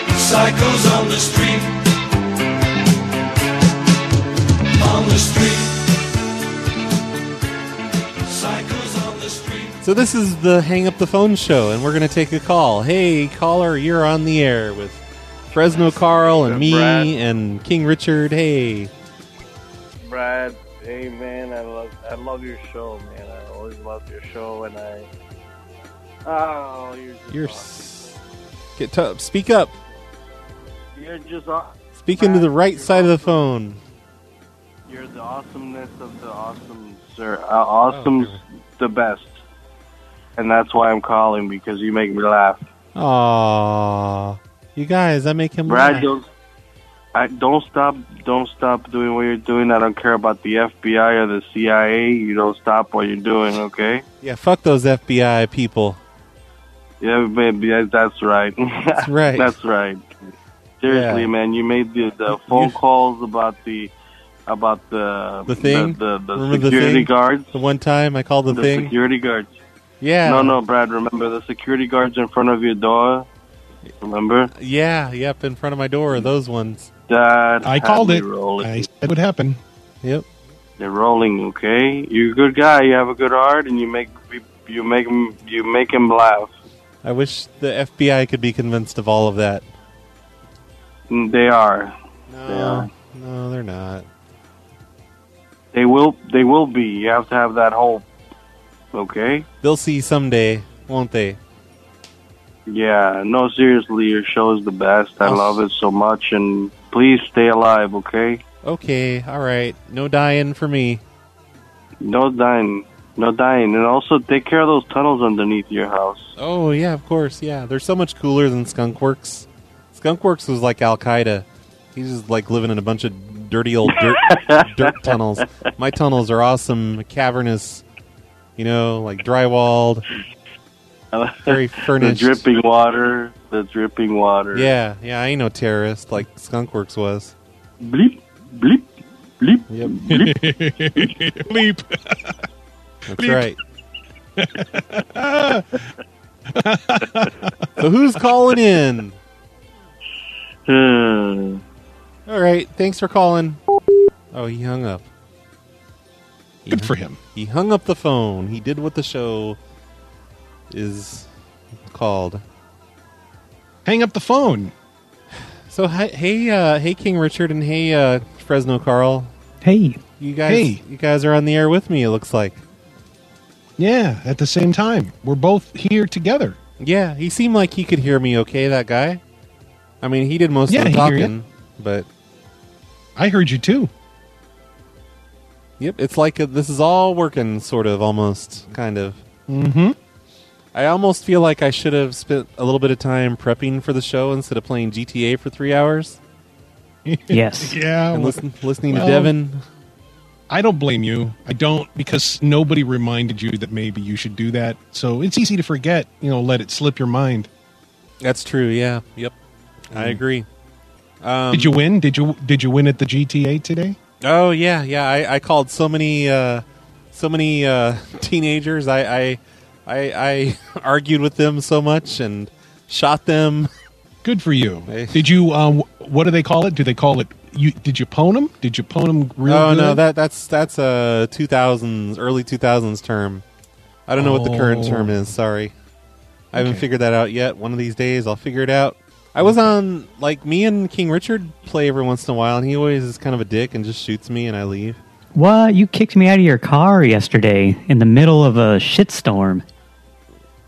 motorcycles on the street. On the street. Cycles on the street. So this is the Hang Up the Phone show, and we're going to take a call. Hey, caller, you're on the air with Fresno Carl and And me Brad. and King Richard. Hey, Brad, hey man, I love I love your show, man. I always loved your show, and I oh, you're just you're awesome. s- get up. Speak up. you're just aw- Speak into the right You're side of the awesome. phone. you're the awesomeness of the awesome, sir. Uh, awesome's the best, and that's why I'm calling because you make me laugh, Aw, you guys, I make him Brad. laugh. Don't I don't stop, don't stop doing what you're doing. I don't care about the FBI or the CIA. You don't stop what you're doing, okay? Yeah, fuck those FBI people. Yeah, baby, that- that's right. That's right. that's right. Seriously, Yeah. man, you made the, the phone calls about the about the The thing? the, the, Remember the security thing? guards, The one time I called the, the thing. security guards. yeah. No, no, Brad. Remember the security guards in front of your door. Remember Yeah, yep, in front of my door. Those ones. that? I had called me it. Rolling. I said what happened. Yep. They're rolling. Okay, you're a good guy. You have a good heart, and you make you make 'em- you make him laugh. I wish the FBI could be convinced of all of that. And they are. No, They are. no, they're not. They will. They will be. You have to have that hope. Okay. They'll see someday, won't they? Yeah, no, seriously, your show is the best. I I'll- love it so much, and please stay alive, okay? Okay, all right. No dying for me. No dying, no dying, and also take care of those tunnels underneath your house. Oh yeah, of course. Yeah, they're so much cooler than Skunkworks. Skunkworks was like Al Qaeda. He's just like living in a bunch of dirty old dirt, dirt tunnels. My tunnels are awesome, cavernous. You know, like drywalled, very the furnished. dripping water, the dripping water. Yeah, yeah. I ain't no terrorist like Skunkworks was. Bleep, bleep, bleep, Yep. bleep. Bleep. That's right. so who's calling in? Uh, All right, thanks for calling. Oh, he hung up. He Good hung- for him. He hung up the phone. He did what the show is called. Hang up the phone. So hi- hey, uh, hey, King Richard, and hey, uh, Fresno Carl. Hey, You guys, Hey. you guys are on the air with me. It looks like. Yeah, at the same time. We're both here together. Yeah, he seemed like he could hear me. Okay, that guy. I mean, he did most Yeah, of the he hear ya. talking, but I heard you too. Yep, it's like uh this is all working, sort of, almost, kind of. Mm-hmm. I almost feel like I should have spent a little bit of time prepping for the show instead of playing GTA for three hours yes. Yeah. and well, listen, listening well- to Devin. I don't blame you. I don't because nobody reminded you that maybe you should do that. So it's easy to forget, you know, let it slip your mind. That's true. Yeah. Yep. I agree. Um, Did you win? Did you did you win at the GTA today? Oh yeah, yeah. I, I called so many, uh, so many uh, teenagers. I, I, I, I argued with them so much and shot them. Good for you. Hey. Did you um what do they call it? Do they call it you did you pwn them? Did you pwn them real oh good? no, that that's that's a two thousands early two thousands term. I don't know what the current Oh. term is. Sorry, I haven't Okay. figured that out yet. One of these days, I'll figure it out. I was on like me and King Richard play every once in a while, and he always is kind of a dick and just shoots me, and I leave. What? You kicked me out of your car yesterday in the middle of a shitstorm.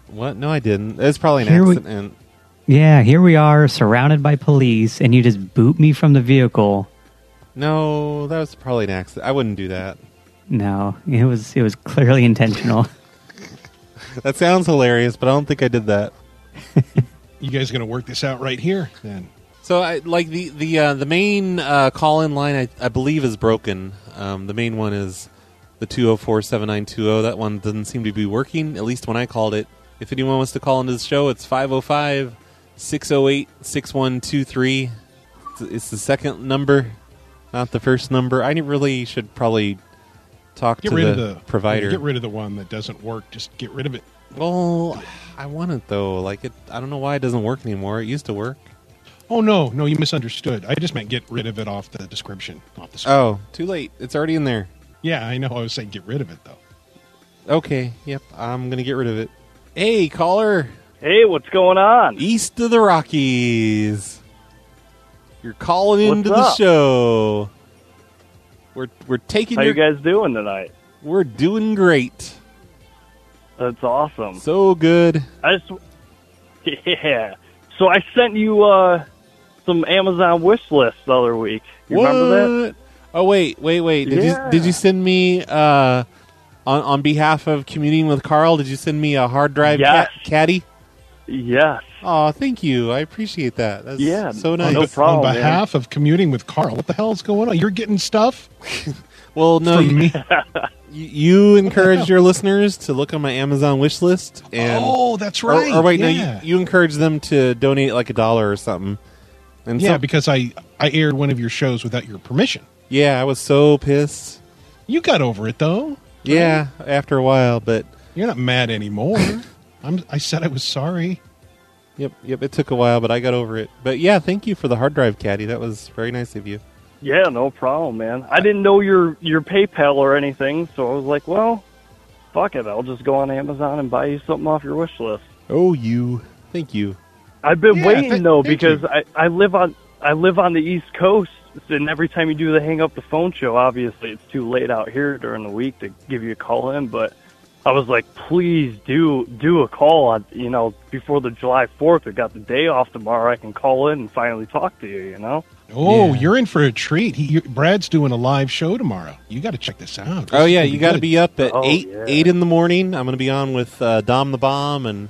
What? No, I didn't. It's probably an Here we- accident. Yeah, here we are, surrounded by police, and you just boot me from the vehicle. No, that was probably an accident. I wouldn't do that. No, it was it was clearly intentional. That sounds hilarious, but I don't think I did that. You guys going to work this out right here then. So, I, like the the uh, the main uh, call in line, I, I believe is broken. Um, the main one is the two zero four seven nine two zero. That one doesn't seem to be working. At least when I called it. If anyone wants to call into the show, it's 505 608 6123. It's the second number, not the first number. I really should probably talk Get to rid the, of the provider. Get rid of the one that doesn't work. Just get rid of it. Well, I want it though. Like it, I don't know why it doesn't work anymore. It used to work. Oh no, no, you misunderstood. I just meant get rid of it off the description, off the. Script. Oh, too late. It's already in there. Yeah, I know. I was saying get rid of it though. Okay. Yep. I'm gonna get rid of it. Hey, caller, Hey, what's going on? east of the Rockies. You're calling into What's the up? show. We're we're taking How your you guys doing tonight? we're doing great. That's awesome. So good. I just, yeah. So I sent you uh, some Amazon wish lists the other week. You remember that? What? Oh wait, wait, wait. Did Yeah. you did you send me uh on on behalf of commuting with Carl, did you send me a hard drive Yes. ca- caddy? Yes. Oh, thank you. I appreciate that. That's Yeah, so no nice. on, be- problem, on man. behalf of commuting with Carl, what the hell's going on? You're getting stuff Well, no, from you, me. you encourage hell? your listeners to look on my Amazon wish list and oh, that's or- right. Or, wait, yeah. no, you, you encourage them to donate like a dollar or something. And yeah, some- because I I aired one of your shows without your permission. yeah, I was so pissed. You got over it though. Yeah, after a while, but You're not mad anymore. I'm, I said I was sorry. Yep, yep. It took a while, but I got over it. But yeah, thank you for the hard drive, Caddy. That was very nice of you. Yeah, no problem, man. I didn't know your your PayPal or anything, so I was like, well, fuck it. I'll just go on Amazon and buy you something off your wish list. Oh, you. Thank you. I've been Yeah, waiting th- though thank because I, I live on I live on the East Coast, and every time you do the hang up the phone show, obviously it's too late out here during the week to give you a call in. But I was like, please do do a call on you know before the July Fourth. I got the day off tomorrow. I can call in and finally talk to you. You know. Oh, Yeah. you're in for a treat. He, you, Brad's doing a live show tomorrow. You got to check this out. This Oh is yeah, gonna you got to good. be up at Oh, eight yeah. eight in the morning. I'm going to be on with uh, Dom the Bomb and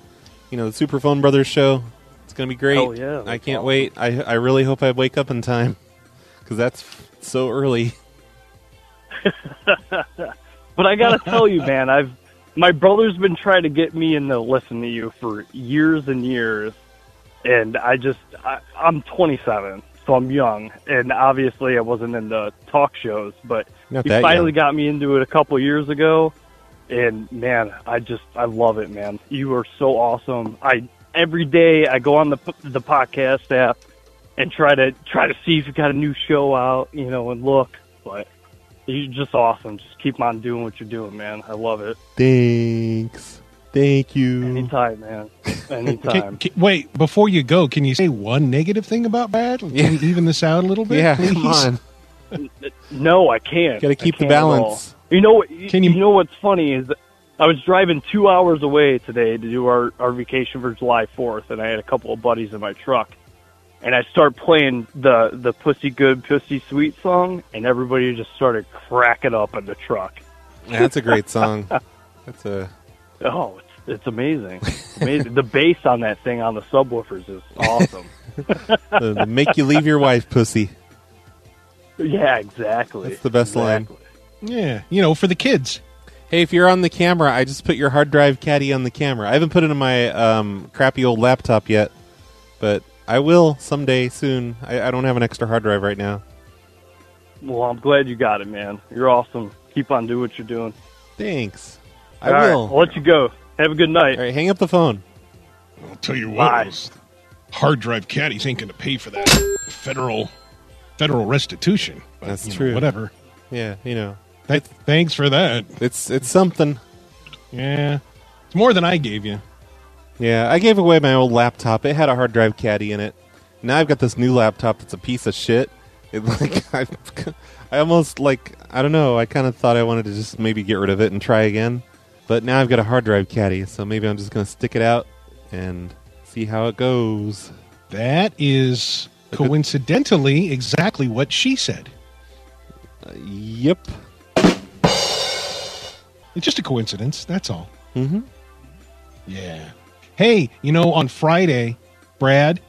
you know the Super Phone Brothers show. It's going to be great. Oh, yeah, I that's can't awesome. wait. I I really hope I wake up in time because that's f- so early. But I gotta tell you, man, I've my brother's been trying to get me into listen to you for years and years, and I just I, I'm 27, so I'm young, and obviously I wasn't into talk shows, but Not he that finally young. got me into it a couple years ago, and man, I just I love it, man. You are so awesome. I every day I go on the p- the podcast app and try to try to see if you got a new show out, you know, and look, but. You're just awesome. Just keep on doing what you're doing, man. I love it. Thanks. Thank you. Anytime, man. Can, Anytime. can- wait, before you go, can you say one negative thing about Brad? Can Yeah. you even this out a little bit? Yeah, please? come on. no, I can't. Gotta I keep the can't at all. balance. You know what? You, Can you- you know what's funny is that I was driving two hours away today to do our our vacation for July 4th, and I had a couple of buddies in my truck, and I start playing the the Pussy Good Pussy Sweet song, and everybody just started cracking up in the truck. Yeah, that's a great song. That's a Oh, it's it's amazing. amazing. the bass on that thing on the subwoofers is awesome. the, the make you leave your wife, pussy. Yeah, exactly. That's the best line. exactly. Yeah, you know, for the kids. Hey, if you're on the camera, I just put your hard drive caddy on the camera. I haven't put it in my um, crappy old laptop yet, but I will someday soon. I, I don't have an extra hard drive right now. Well, I'm glad you got it, man. You're awesome. Keep on doing what you're doing. Thanks. I All right, will. I'll let you go. Have a good night. All right, hang up the phone. I'll tell you Bye. those hard drive caddies ain't going to pay for that federal federal restitution. But, That's you know, true. whatever. Yeah, you know, That, thanks for that. it's it's something. Yeah, it's more than I gave you. Yeah, I gave away my old laptop. It had a hard drive caddy in it. Now I've got this new laptop that's a piece of shit. It like I, I almost like I don't know. I kind of thought I wanted to just maybe get rid of it and try again, but now I've got a hard drive caddy, so maybe I'm just gonna stick it out and see how it goes. That is coincidentally exactly what she said. Uh, Yep. It's just a coincidence. That's all. Mm-hmm. Yeah. Hey, you know, on Friday, Brad,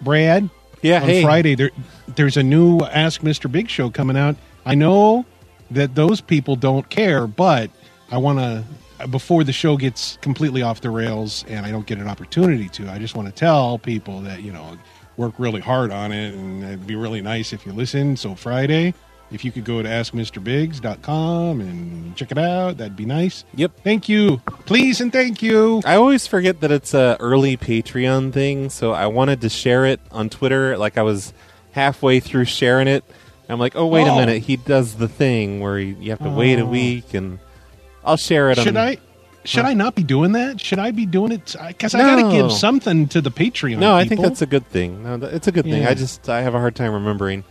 Brad, Yeah. on hey. Friday there there's a new Ask Mr. Big show coming out. I know that those people don't care, but I want to before the show gets completely off the rails and I don't get an opportunity to. I just want to tell people that, you know, work really hard on it and it'd be really nice if you listen. So Friday, If you could go to askmrbiggs.com and check it out, that'd be nice. Yep. Thank you. Please and thank you. I always forget that it's a early Patreon thing, so I wanted to share it on Twitter. Like I was halfway through sharing it, I'm like, oh wait Oh. a minute, he does the thing where you you have to wait a week, and I'll share it. Should on, I should I not be doing that? Should I be doing it? Because I No. got to give something to the Patreon. No, I think people. that's a good thing. No, th- it's a good thing. Yeah. I just I have a hard time remembering.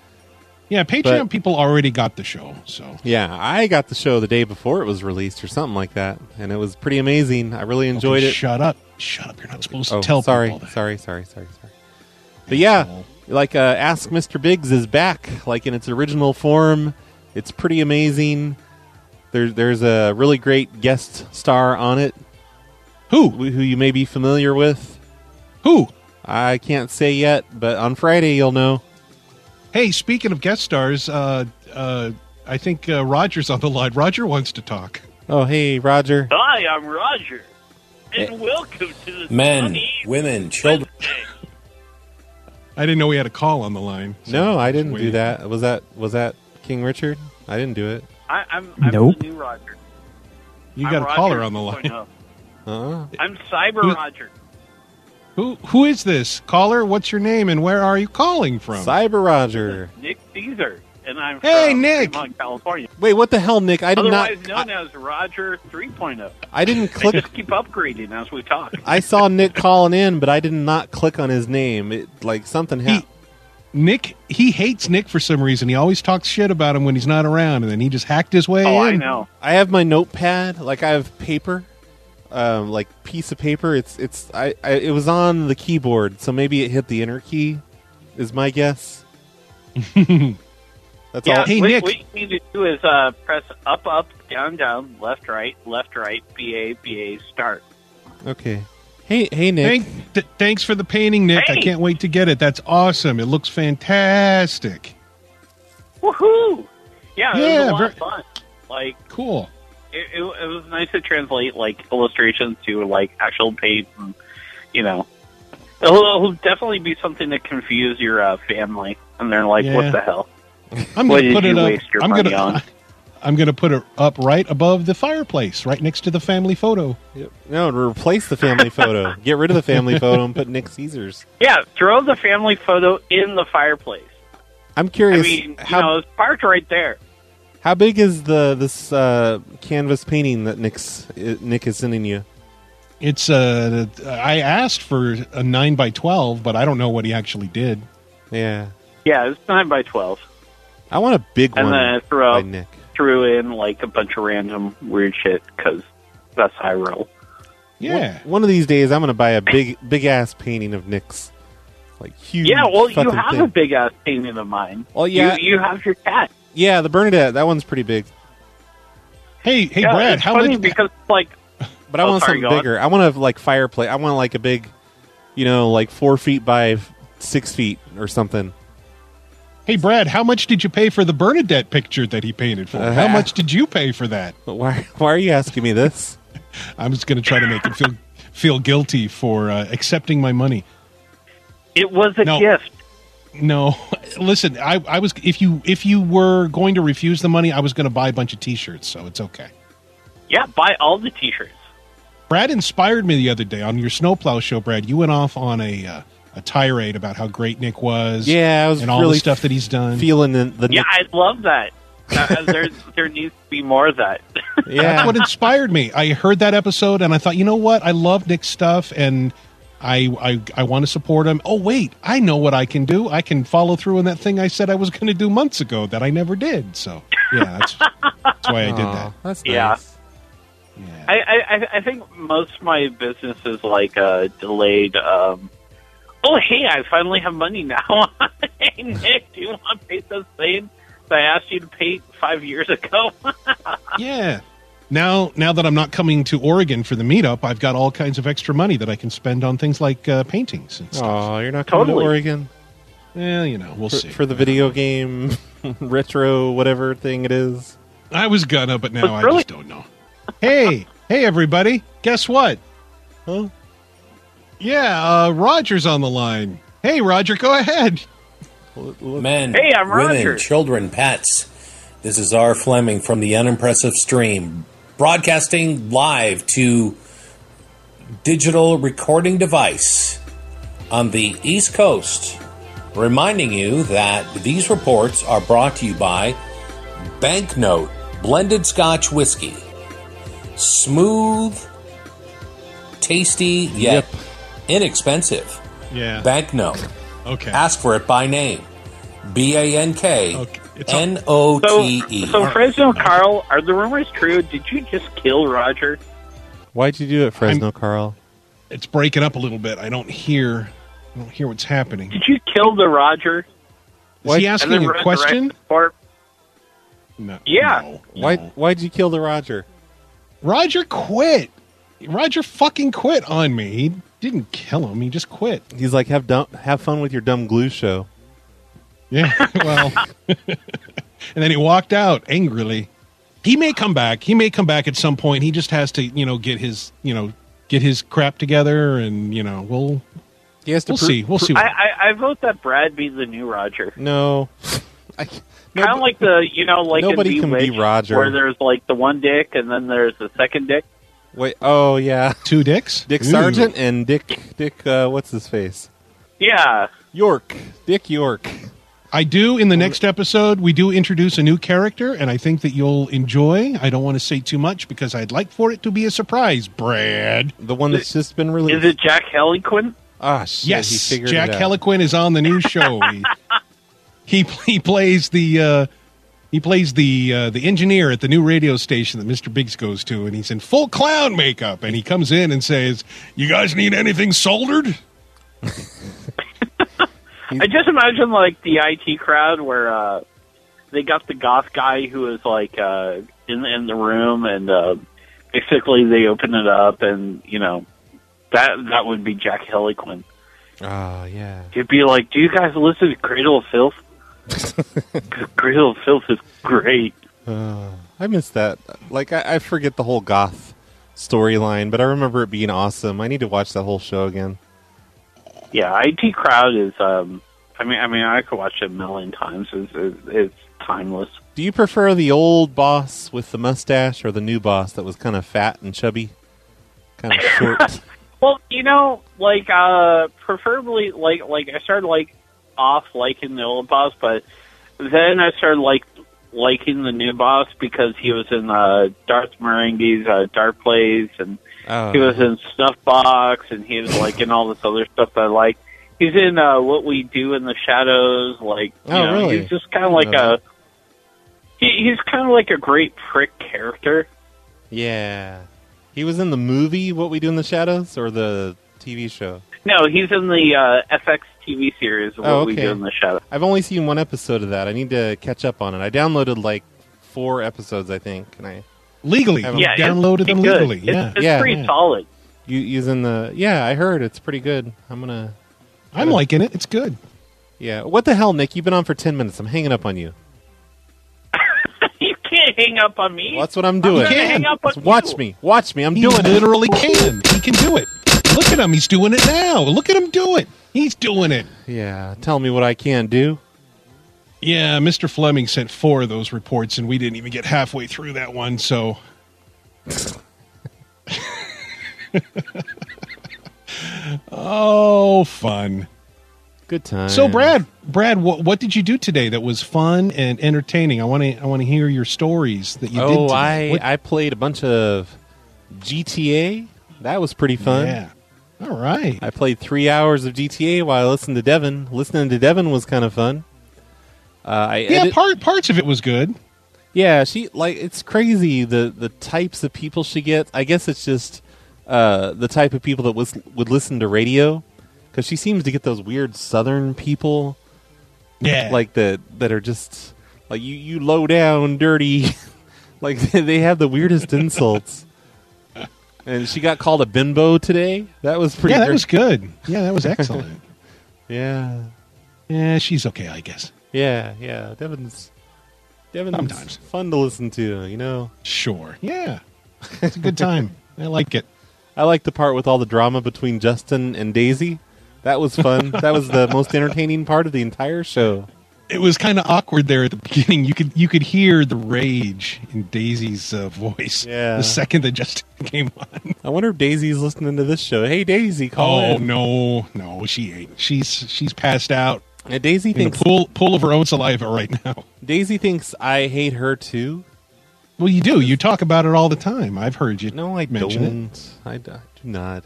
yeah. Patreon but- people already got the show, so Yeah, I got the show the day before it was released or something like that, and it was pretty amazing. I really enjoyed Okay, it. Shut up! Shut up! You're not supposed oh, to tell. sorry, people that. sorry, sorry, sorry, sorry. But yeah, like uh, Ask Mr. Biggs is back, like in its original form. It's pretty amazing. There's there's a really great guest star on it Who? who you may be familiar with. Who? I can't say yet, but on Friday you'll know. Hey, speaking of guest stars, uh, uh, I think uh, Roger's on the line. Roger wants to talk. Oh, hey, Roger. Hi, I'm Roger, Eh. and welcome to the Men, Sunny women, children. I didn't know we had a call on the line. so No, I was didn't do waiting. that. Was that was that King Richard? I didn't do it. I, I'm, I'm Nope. the new Roger. You I'm got a Roger caller on the 2.0. line. Uh-uh. I'm Cyber Who- Roger. Who? Who is this caller? What's your name and where are you calling from? Cyber Roger. Nick Caesar, and I'm Hey, from Nick. Fremont, California. Wait, what the hell, Nick? I did Otherwise not. known I, as Roger 3.0. I didn't They click. just keep upgrading as we talk. I saw Nick calling in, but I did not click on his name. It like something happened. Nick. He hates Nick for some reason. He always talks shit about him when he's not around, and then he just hacked his way Oh, I in. know. I have my notepad. Like I have paper, um, like piece of paper. It's it's I, I it was on the keyboard, so maybe it hit the inner key. Is my guess. That's Yeah, all. Hey, what, Nick. what you need to do is uh, press up, up, down, down, left, right, left, right, BA, BA, start. Okay. Hey, hey, Nick. Thank, th- thanks for the painting, Nick. I Hey. can't wait to get it. That's awesome. It looks fantastic. Woohoo! Yeah, it was a Yeah, lot ver- of Uh, fun. Like, Cool. it, it, it was nice to translate like illustrations to like actual page and you know it'll, it'll definitely be something to confuse your uh, family and they're like Yeah. what the hell I'm What gonna did put you it up. waste your I'm money gonna. on? I'm gonna put it up right above the fireplace, right next to the family photo. Yep. No, to replace the family photo. Get rid of the family photo and put Nick Caesar's. yeah throw the family photo in the fireplace I'm i curious. mean how you know it's parked right there how big is the this uh, canvas painting that Nick's uh, Nick is sending you? It's uh, I asked for a nine by twelve, but I don't know what he actually did. Yeah, yeah it's 9 by 12 I want a big and one then I by throw, Nick. threw in like a bunch of random weird shit because that's how I roll. Yeah, One, one of these days, I'm going to buy a big big ass painting of Nick's, like huge. Yeah, well, you fucking have thing. a big ass painting of mine. Well, yeah. you, you have your cat. yeah, the Bernadette. That one's pretty big, Hey, hey, yeah, Brad, it's how funny much? because like but I Oh, want sorry, go something on. bigger. I want a like fireplace. I want like a big, you know, like four feet by f- six feet or something. hey, Brad, how much did you pay for the Bernadette picture that he painted for? How Uh-huh. much did you pay for that? But why why are you asking me this? I'm just gonna try to make him feel feel guilty for uh, accepting my money. It was a No. gift. No, listen. I, I was if you if you were going to refuse the money, I was going to buy a bunch of T-shirts, so it's okay. Yeah, buy all the T-shirts. Brad inspired me the other day on your snowplow show. Brad, you went off on a uh, a tirade about how great Nick was. Yeah, I was and all really the stuff that he's done. feeling the, the Yeah, I love that. Uh, there, there needs to be more of that. Nick. yeah. That's what inspired me. I heard that episode and I thought, you know what? I love Nick's stuff and I I, I want to support him. Oh wait, I know what I can do. I can follow through on that thing I said I was going to do months ago that I never did. So yeah, that's, that's why I did Aw, that. That's Yeah. nice. Yeah. I, I, I- I think most of my business is like uh, delayed. Um, oh, hey, I finally have money now. hey, Nick, do you want to paint those things that I asked you to paint five years ago? Yeah. Now, now that I'm not coming to Oregon for the meetup, I've got all kinds of extra money that I can spend on things like uh, paintings and stuff. Oh, you're not coming Totally. to Oregon Well, you know, we'll for, see. for the video game retro whatever thing it is. I was gonna, but now But I really- just don't know. Hey, hey, everybody! Guess what? Huh? Yeah, uh, Roger's on the line. Hey, Roger, go ahead. L- l- Men, Hey, I'm women, Roger. children, pets. This is R. Fleming from the Unimpressive Stream, broadcasting live to digital recording device on the East Coast, reminding you that these reports are brought to you by Banknote Blended Scotch Whiskey. Smooth, tasty, Yep. yet inexpensive. Yeah. Banknote. okay. Ask for it by name. B A N K Okay, it's all- N O T So, E. so Fresno Carl, are the rumors true? Did you just kill Roger? Why'd you do it, Fresno Carl? it's breaking up a little bit. I don't hear. I don't hear what's happening. Did you kill the Roger? Is he asking a question? Or No. Yeah. no, Why no. Why'd you kill the Roger? Roger quit. Roger fucking quit on me. He didn't kill him. He just quit. He's like, have dumb, have fun with your dumb glue show. Yeah. Well. and then he walked out angrily. He may come back. He may come back at some point. He just has to, you know, get his, you know, get his crap together, and you know, we'll He has to we'll pro- see. We'll see. I, What, I, I vote that Brad be the new Roger. No, I, no, kind of like the you know like Nobody in can be Bewitched, Roger. where there's like the one dick and then there's the second dick. wait. Oh yeah, two dicks. Dick Ooh. Sargent and Dick Dick. Uh, what's his face? Yeah, York. Dick York. I do in the next episode. We do introduce a new character, and I think that you'll enjoy. I don't want to say too much because I'd like for it to be a surprise, Brad. The one that's just been released. is it Jack Heliquin? Ah, shit, Yes, he figured Jack it out. Heliquin is on the new show. he, he he plays the uh, he plays the uh, the engineer at the new radio station that Mr. Biggs goes to, and he's in full clown makeup, and he comes in and says, "You guys need anything soldered?" I just imagine like the IT crowd where uh, they got the goth guy who was like uh, in in the room, and uh, basically they open it up, and you know that that would be Jack Heliquin. Ah, yeah. He'd be like, "Do you guys listen to Cradle of Filth? 'Cause Cradle of Filth is great." Uh, I miss that. Like, I, I forget the whole goth storyline, but I remember it being awesome. I need to watch that whole show again. Yeah, IT crowd is. Um, I mean, I mean, I could watch it a million times. It's, it's, it's timeless. Do you prefer the old boss with the mustache or the new boss that was kind of fat and chubby? Kind of short. Well, you know, like uh preferably, like like I started like off liking the old boss, but then I started like liking the new boss because he was in uh, Darth Marenghi's uh, Dark Plays, and Oh. he was in Snuffbox, and he was like in all this other stuff that I like. He's in uh, What We Do in the Shadows, like you Oh, know, really? he's just kind of like No. a he, he's kind of like a great prick character. yeah. He was in the movie What We Do in the Shadows or the TV show? No, he's in the uh, FX TV series What Oh, We okay. Do in the Shadows. I've only seen one episode of that. I need to catch up on it. I downloaded like four episodes, I think. And I Legally, Yeah, you Yeah, it's downloaded pretty them good. legally. It's, yeah, it's yeah, pretty yeah. solid. you using the yeah. I heard it's pretty good. I'm gonna I'm liking it. It's good. yeah. What the hell, Nick? You've been on for ten minutes. I'm hanging up on you. You can't hang up on me. Well, that's what I'm doing. I'm gonna hang up on Just watch you. me. Watch me. I'm He doing it. literally can. He can do it. Look at him. He's doing it now. Look at him do it. He's doing it. Yeah. Tell me what I can do. Yeah, Mr. Fleming sent four of those reports, and we didn't even get halfway through that one. So, oh, fun. Good time. So, Brad, Brad, what, what did you do today that was fun and entertaining? I want to, I want to hear your stories that you did. oh, today. I What- I played a bunch of GTA. That was pretty fun. yeah. All right. I played three hours of GTA while I listened to Devin. Listening to Devin was kind of fun. Uh, I Yeah, edit- part parts of it was good. Yeah, she like it's crazy the the types of people she gets. I guess it's just uh, the type of people that was, would listen to radio because she seems to get those weird Southern people Yeah, like that that are just like you you low down dirty like they have the weirdest insults. And she got called a bimbo today. That was pretty. yeah, that great. was good. Yeah, that was excellent. yeah, yeah, she's okay, I guess. yeah, yeah. Devin's Devin's Sometimes. fun to listen to. You know. Sure. Yeah, it's a good time. I like it. I like the part with all the drama between Justin and Daisy. That was fun. that was the most entertaining part of the entire show. it was kind of awkward there at the beginning. You could you could hear the rage in Daisy's uh, voice Yeah. the second that Justin came on. I wonder if Daisy's listening to this show. Hey, Daisy, call Oh in. no, no, she ain't. She's she's passed out Yeah, Daisy in a thinks pool pool of her own saliva right now. Daisy thinks I hate her too. Well, you do. You talk about it all the time. I've heard you. No, I mention it. don't. I, d- I do not.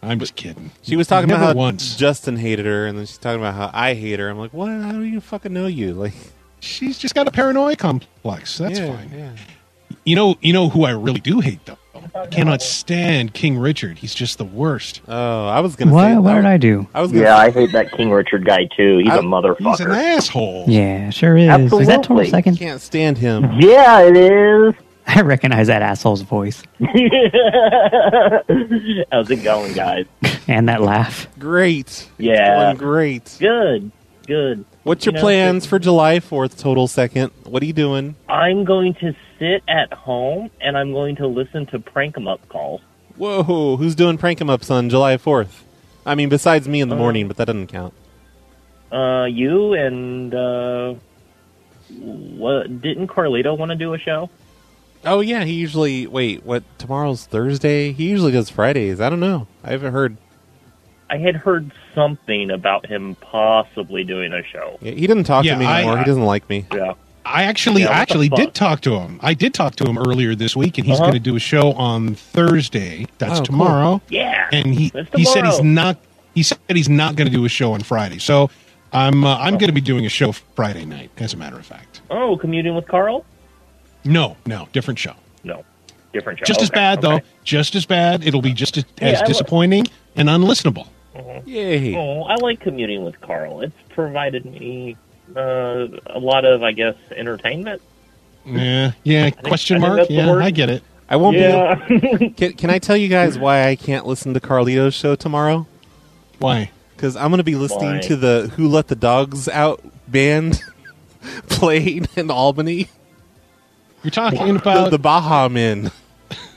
I'm just kidding. She was talking Never about how once. Justin hated her, and then she's talking about how I hate her. I'm like, what? I don't even fucking know you. Like, She's just got a paranoia complex. That's yeah, fine. yeah. You know, you know who I really do hate though. I cannot stand King Richard. He's just the worst. Oh, I was gonna say. What, what I, did I do? I was gonna Yeah, say, I hate that King Richard guy too. He's a I- He's an motherfucker. asshole. Yeah, sure is. Is that total Absolutely. second? can't stand him. Yeah, it is. I recognize that asshole's voice How's it going, guys? and that laugh. Great. Yeah. Doing great. Good, good. What's your You know, plans for July 4th, Total Second? What are you doing? I'm going to sit at home and I'm going to listen to prank 'em up calls. Whoa, who's doing prank em ups on July 4th? I mean, besides me in the morning, but that doesn't count. Uh, you and uh, what? Didn't Carlito want to do a show? Oh, yeah, he usually. Wait, what? Tomorrow's Thursday? He usually does Fridays. I don't know. I haven't heard. I had heard something about him possibly doing a show. Yeah, He doesn't talk Yeah, to me I- anymore. I- he doesn't like me. Yeah. I actually, Yeah, I what the actually fuck? did talk to him. I did talk to him earlier this week, and he's Uh-huh. going to do a show on Thursday. That's Oh, cool. tomorrow. Yeah. And he That's he said he's tomorrow. not he said he's not going to do a show on Friday. So I'm uh, I'm going to be doing a show Friday night. As a matter of fact, Oh, commuting with Carl? no, no, different show. No. Different show. Just as Okay, bad okay. though. Just as bad. It'll be just as, Yeah, as I would- disappointing and unlistenable. Yay. Oh, I like commuting with Carl. It's provided me uh, a lot of, I guess, entertainment. Yeah, yeah. Question I think mark. that's the Yeah, word. I get it. I won't be. Yeah. Can, can I tell you guys why I can't listen to Carlito's show tomorrow? Why? Because I'm going to be listening Why? to the Who Let the Dogs Out band playing in Albany. You're talking The, about the Baha Men.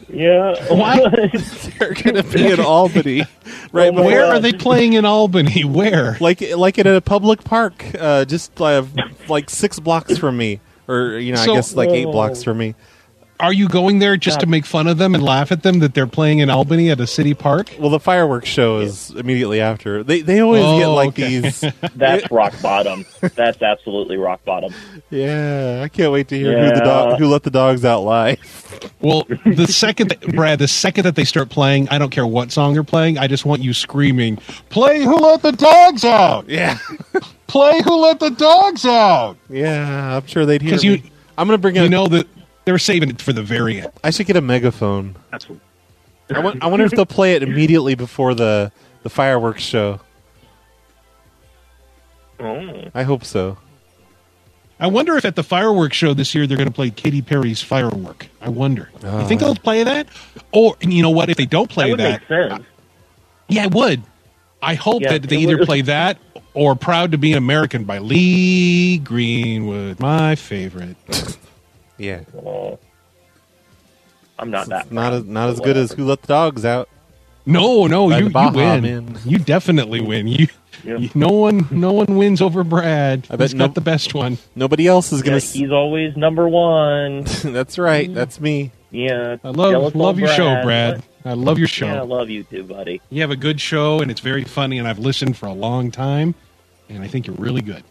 yeah. What? Oh, They're going to be in Albany. Right Oh my before- where are God. they playing in Albany? Where? like like in a public park, uh, just uh, like six blocks from me, or you know, So- I guess like eight Whoa. blocks from me. Are you going there just to make fun of them and laugh at them that they're playing in Albany at a city park? Well, the fireworks show is immediately after. They they always Oh, get like okay. these. That's rock bottom. That's absolutely rock bottom. yeah, I can't wait to hear who the Yeah. dog who let the dogs out live. Well, the second that, Brad, the second that they start playing, I don't care what song they're playing, I just want you screaming, "Play Who Let the Dogs Out! Yeah, Play Who Let the Dogs Out!" yeah, I'm sure they'd hear. 'Cause you- me. I'm gonna bring. A, You know that they're saving it for the very end. I should get a megaphone. That's what- I, wa- I wonder if they'll play it immediately before the the fireworks show. Oh. I hope so. I wonder if at the fireworks show this year they're going to play Katy Perry's Firework. I wonder. you Oh. think they'll play that? Or and you know what? If they don't That play would that, make sense. yeah, I would. I hope Yeah, that they it either would. play that or "Proud to Be an American" by Lee Greenwood, my favorite. Yeah, Oh. I'm not that. not as proud, not but as good as who let the dogs out. No, no, By Oh, you, the you Baja win. Men. You definitely win. You, Yeah. you- no one, no one wins over Brad. I bet He's no- got the best one. Nobody else is Yeah, gonna. s- he's always number one. That's right. That's me. Yeah. I love jealous love old your show, Brad. I love your show. Yeah, I love you too, buddy. You have a good show, and it's very funny. And I've listened for a long time, and I think you're really good.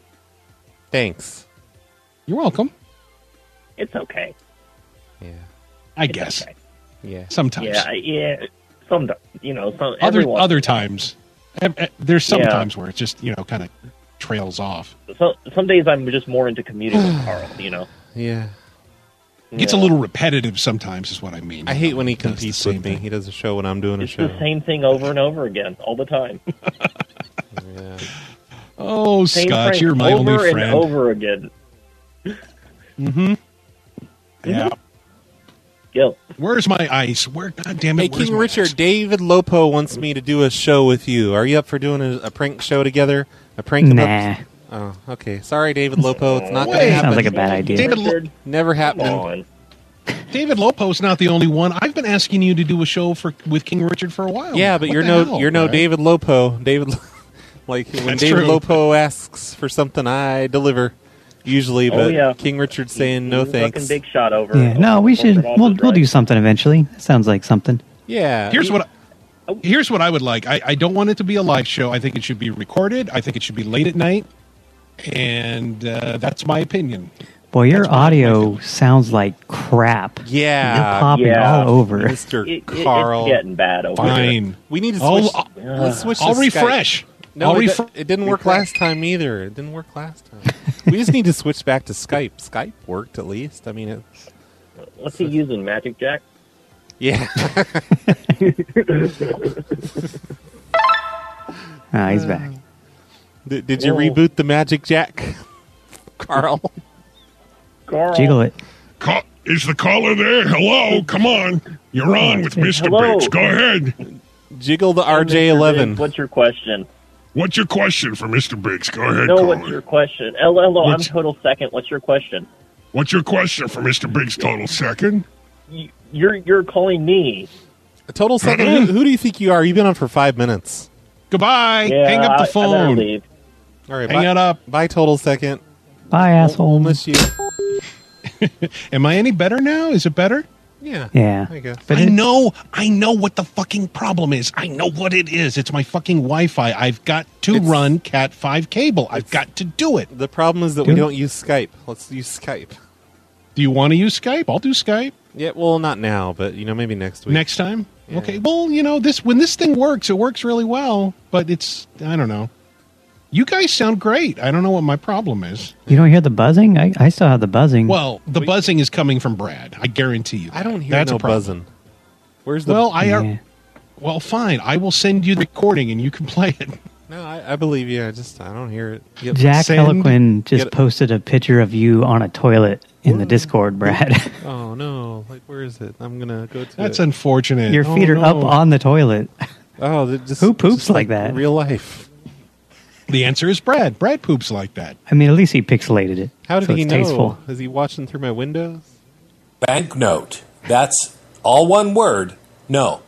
Thanks. You're welcome. It's okay. Yeah. I It's guess okay. Yeah. sometimes. Yeah, I- yeah. Some, you know, some other everyone- other times, Ev- eh, there's some Yeah. times where it just you know kind of trails off. So, some days I'm just more into commuting with Carl. You know. Yeah. It gets a Yeah. little repetitive sometimes, is what I mean. I hate when he Does the competes same with me. thing. He does a show when I'm doing a It's show. the same thing over and over again, all the time. Yeah. Oh, Same Scott, prank you're my over only friend. and over again. Mm-hmm. Yeah. Mm-hmm. Yep. Where's my ice? Where? God damn it! Hey, where's King my Richard, ice? David Lopo wants me to do a show with you. Are you up for doing a, a prank show together? A prank? Nah, About- oh, okay. Sorry, David Lopo. It's not going Wait. to Sounds happen. sounds like a bad idea. David- Richard, Never come happening. on. David Lopo's not the only one. I've been asking you to do a show for with King Richard for a while. Yeah, but Oh, What you're the no hell, you're no Brad? David Lopo. David Lo- Like when That's Dave true. Lopo asks for something, I deliver usually. Oh, But yeah. King Richard's saying He's no a thanks. Fucking big shot over. Yeah. No, we should. corporate office, We'll we'll right? do something eventually. That sounds like something. yeah. Oh. Here's what. I, here's what I would like. I, I don't want it to be a live show. I think it should be recorded. I think it should be late at night, and uh, that's my opinion. Boy, your audio sounds like crap. You're Yeah. popping yeah. all over. Mr. It- it- Carl. it's getting bad over there. Fine. we need to I'll- switch. I'll- let's switch to I'll Skype. refresh. No, I'll it, refresh. di- it didn't work last time either. It didn't work last time. we just need to switch back to Skype. Skype worked at least. I mean, it, What's he using, Magic Jack? yeah. Ah, he's back. did, did you Oh. reboot the Magic Jack, Carl? Carl. Jiggle it. Call, is the caller there? Hello, come on. You're on with Mr. Hello. Biggs. Go ahead. Jiggle the Mr. Biggs, RJ11. What's your question? What's your question for Mr. Biggs? Go ahead, No, caller. what's your question? LLO, What's- I'm total second. What's your question? What's your question for Mr. Biggs total second? You- You're you're calling me. Total second. who, who do you think you are? You've been on for five minutes. Goodbye. Yeah, Hang up I- the I better phone. leave. All right. Hang bye, it up. bye, Total second. Bye, We'll asshole. miss you. Am I any better now? Is it better? Yeah. Yeah. I guess. But I it- know, I know what the fucking problem is. I know what it is. It's my fucking Wi-Fi. I've got to It's- run Cat Five cable. I've got to do it. The problem is that we Dude. don't use Skype. Let's use Skype. Do you want to use Skype? I'll do Skype Yeah, well, not now, but you know, maybe next week. next time. Okay. Well, you know this when this thing works, it works really well. But it's I don't know. You guys sound great. I don't know what my problem is. you don't hear the buzzing? I, I still have the buzzing. Well, the buzzing is coming from Brad. I guarantee you. I that. don't hear That's no a problem. buzzing. Where's the? Well, I uh, yeah. well, fine. I will send you the recording and you can play it. no, I, I believe you. I just I don't hear it. Yep. Jack send- Heliquin just Get- posted a picture of you on a toilet in the Discord, Brad. Oh no! Like where is it? I'm gonna go to. That's it. unfortunate. Your Oh, feet are up no. on the toilet. oh, they just, Who poops just like that? Real life. The answer is Brad. Brad poops like that. I mean, at least he pixelated it. How did so he it's know? Tasteful. Is he watching through my windows? Banknote. That's all one word. No,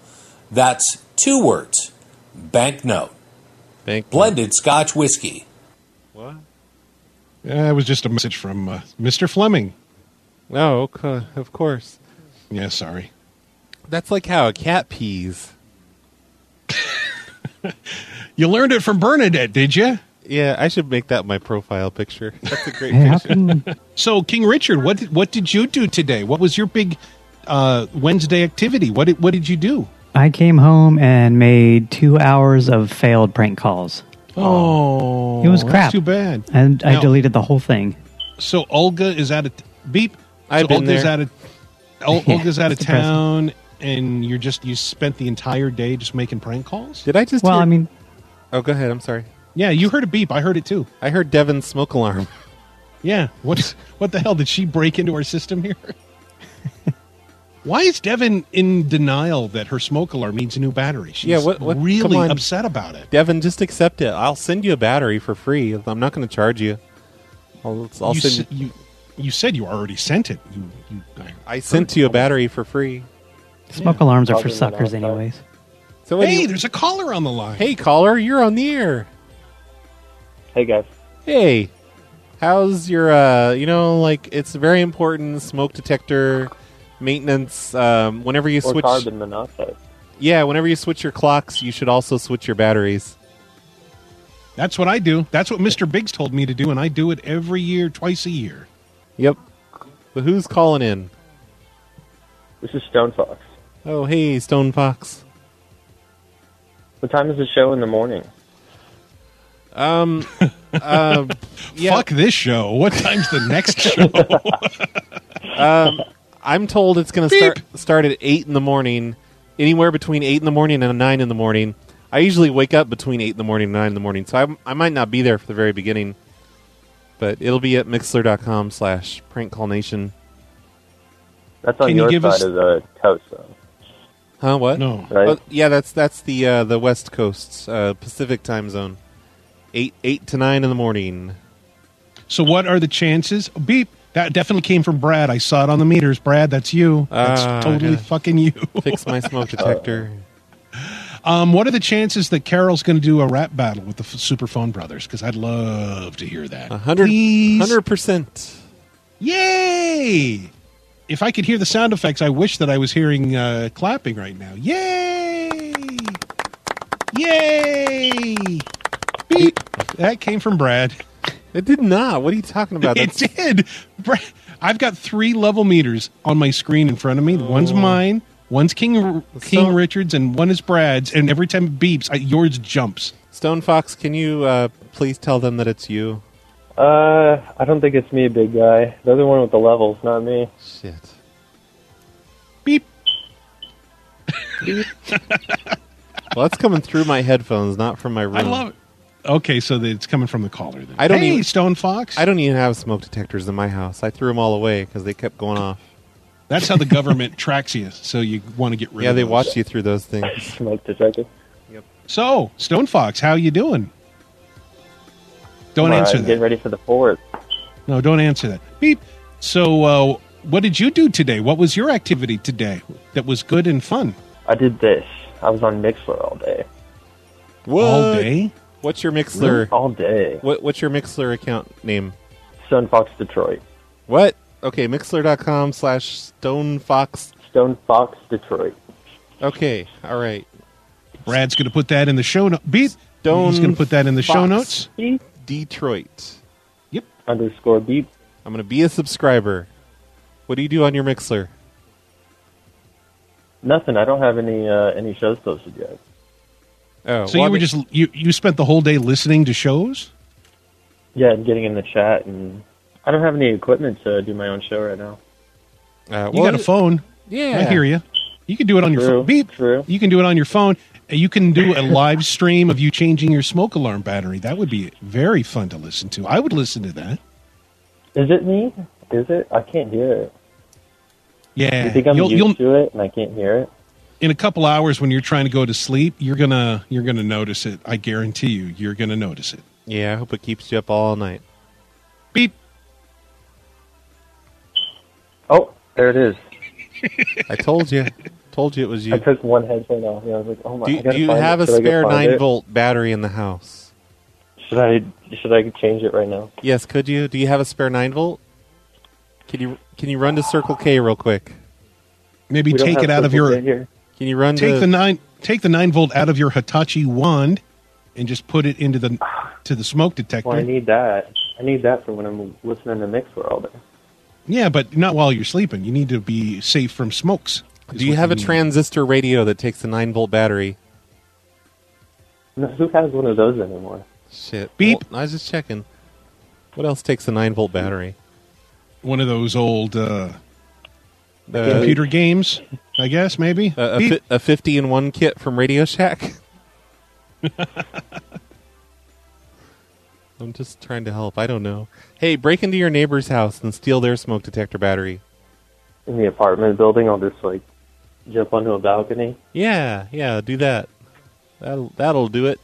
that's two words. Banknote. Thank Blended Scotch whiskey. What? Uh, it was just a message from uh, Mr. Fleming. No, okay, of course. Yeah, sorry. That's like how a cat pees. You learned it from Bernadette, did you? Yeah, I should make that my profile picture. That's a great Hey, how picture. come- So, King Richard, what did, what did you do today? What was your big uh, Wednesday activity? What did, what did you do? I came home and made two hours of failed prank calls. Oh, It was crap. That's too bad. And I Now- deleted the whole thing. So Olga is out of beep. I've so been Olga's there. out of Ol- Yeah, Olga's out of it's depressing. town, and you're just you spent the entire day just making prank calls. Did I just? Well, hear- I mean, oh, go ahead. I'm sorry. Yeah, you heard a beep. I heard it too. I heard Devin's smoke alarm. Yeah. What what the hell did she break into our system here? Why is Devin in denial that her smoke alarm needs a new battery? She's Yeah, what- what- come really on. upset about it. Devin, just accept it. I'll send you a battery for free. I'm not going to charge you. I'll, I'll you, send. s- you you said you already sent it. You, you I, I sent you a battery for free. smoke alarms are for Buzzing went suckers, outside. anyways. So hey, any- there's a caller on the line. hey, caller, you're on the air. Hey guys, Hey, how's your? uh You know, like it's very important smoke detector maintenance. Um, whenever you or switch, carbon monoxide. yeah, whenever you switch your clocks, you should also switch your batteries. That's what I do. That's what Mr. Biggs told me to do, and I do it every year, twice a year. Yep. But who's calling in? This is Stone Fox. Oh, hey, Stone Fox. What time is the show in the morning? Um, uh, yeah, Fuck this show. What time's the next show? Um, I'm told it's going to Beep. start start at eight in the morning, anywhere between eight in the morning and nine in the morning. I usually wake up between eight in the morning and nine in the morning, so I, I might not be there for the very beginning. But it'll be at mixler.com slash prank call nation. That's on Can you your give side us- of the coast, though, Huh? What? No. right? Oh, yeah, that's that's the uh, the West Coast uh, Pacific time zone, eight eight to nine in the morning. So, what are the chances? Beep. That definitely came from Brad. I saw it on the meters. Brad, that's you. That's Ah, totally yeah. fucking you. Fix my smoke detector. Um, what are the chances that Carol's going to do a rap battle with the F- Super Phone Brothers? Because I'd love to hear that. 100 Please. 100%. Yay! If I could hear the sound effects, I wish that I was hearing uh, clapping right now. Yay! Yay! Beep. That came from Brad. It did not. What are you talking about? It That's, did. Brad, I've got three level meters on my screen in front of me. Oh. One's mine, one's King King So- Richards, and one is Brad's. And every time it beeps, I, yours jumps. Stone Fox, can you uh, please tell them that it's you? Uh, I don't think it's me, big guy. The other one with the levels, not me. Shit. Beep. Well, that's coming through my headphones, not from my room. I love it. Okay, so that it's coming from the caller. Then. I don't Hey, even- Stone Fox. I don't even have smoke detectors in my house. I threw them all away because they kept going off. That's how the government tracks you. So you want to get rid Yeah, of they those. watch you through those things. Smoke detector. So, Stone Fox, how you doing? Don't Come on, answer I'm that. Getting ready for the fourth. No, don't answer that. Beep. So, uh, what did you do today? What was your activity today that was good and fun? I did this. I was on Mixler all day. All What? day? What's your Mixler? All day. What, what's your Mixler account name? Stone Fox Detroit. What? Okay, Mixler.com slash Stone Fox. Stone Fox Detroit. Okay, all right. Brad's going to put that in the show notes. Beep. Stone He's going to put that in the show Fox. notes. Detroit. Underscore beep. I'm going to be a subscriber. What do you do on your Mixler? Nothing. I don't have any uh, any shows posted yet. Oh, So well, you were I mean- just you you spent the whole day listening to shows. Yeah, and getting in the chat, and I don't have any equipment to do my own show right now. Uh, You well, got a phone. Yeah. I hear you. You can do it on your True, phone. Beep. true. You can do it on your phone. Uh, You can do a live stream of you changing your smoke alarm battery. That would be very fun to listen to. I would listen to that. Is it me? Is it? I can't hear it. Yeah. You think I'm You'll- used you'll- to it, and I can't hear it? in a couple hours when you're trying to go to sleep, you're gonna you're gonna notice it. I guarantee you, you're gonna notice it. Yeah, I hope it keeps you up all night. Beep. Oh, there it is. I told you. told you it was you. I took one headphone off, and I was like, "Oh my!" Do, I you- gotta do you find have it. a Should I go spare find 9 it? volt battery in the house? Should I should I change it right now? Yes, could you? Do you have a spare 9 volt? Can you can you run to Circle K real quick? Maybe We don't take have it out of Circle your K here. Can you run take to the nine take the nine volt out of your Hitachi wand and just put it into the to the smoke detector. Well, I need that. I need that for when I'm listening to mix for all day. yeah, but not while you're sleeping. You need to be safe from smokes. is Do you what have a need. transistor radio that takes a 9 volt battery? No, who has one of those anymore? Shit. Beep. Well, I was just checking. What else takes a 9 volt battery? one of those old uh, Uh, computer games? I guess maybe. a, a, Beep. fi- a 50 in 1 kit from Radio Shack? I'm just trying to help. I don't know. Hey, break into your neighbor's house and steal their smoke detector battery. In the apartment building, I'll just like jump onto a balcony. Yeah, yeah, do that. That'll, that'll do it.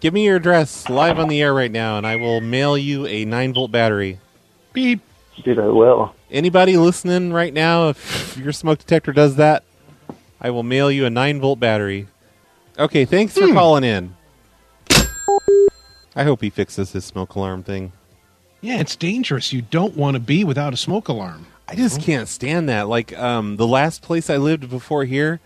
Give me your address live on the air right now, and I will mail you a 9 volt battery. Beep. Dude, I will. Anybody listening right now, if your smoke detector does that, I will mail you a 9 volt battery. Okay, thanks for calling in. I hope he fixes his smoke alarm thing. Yeah, it's dangerous. You don't want to be without a smoke alarm. I just can't stand that. Like um, the last place I lived before here,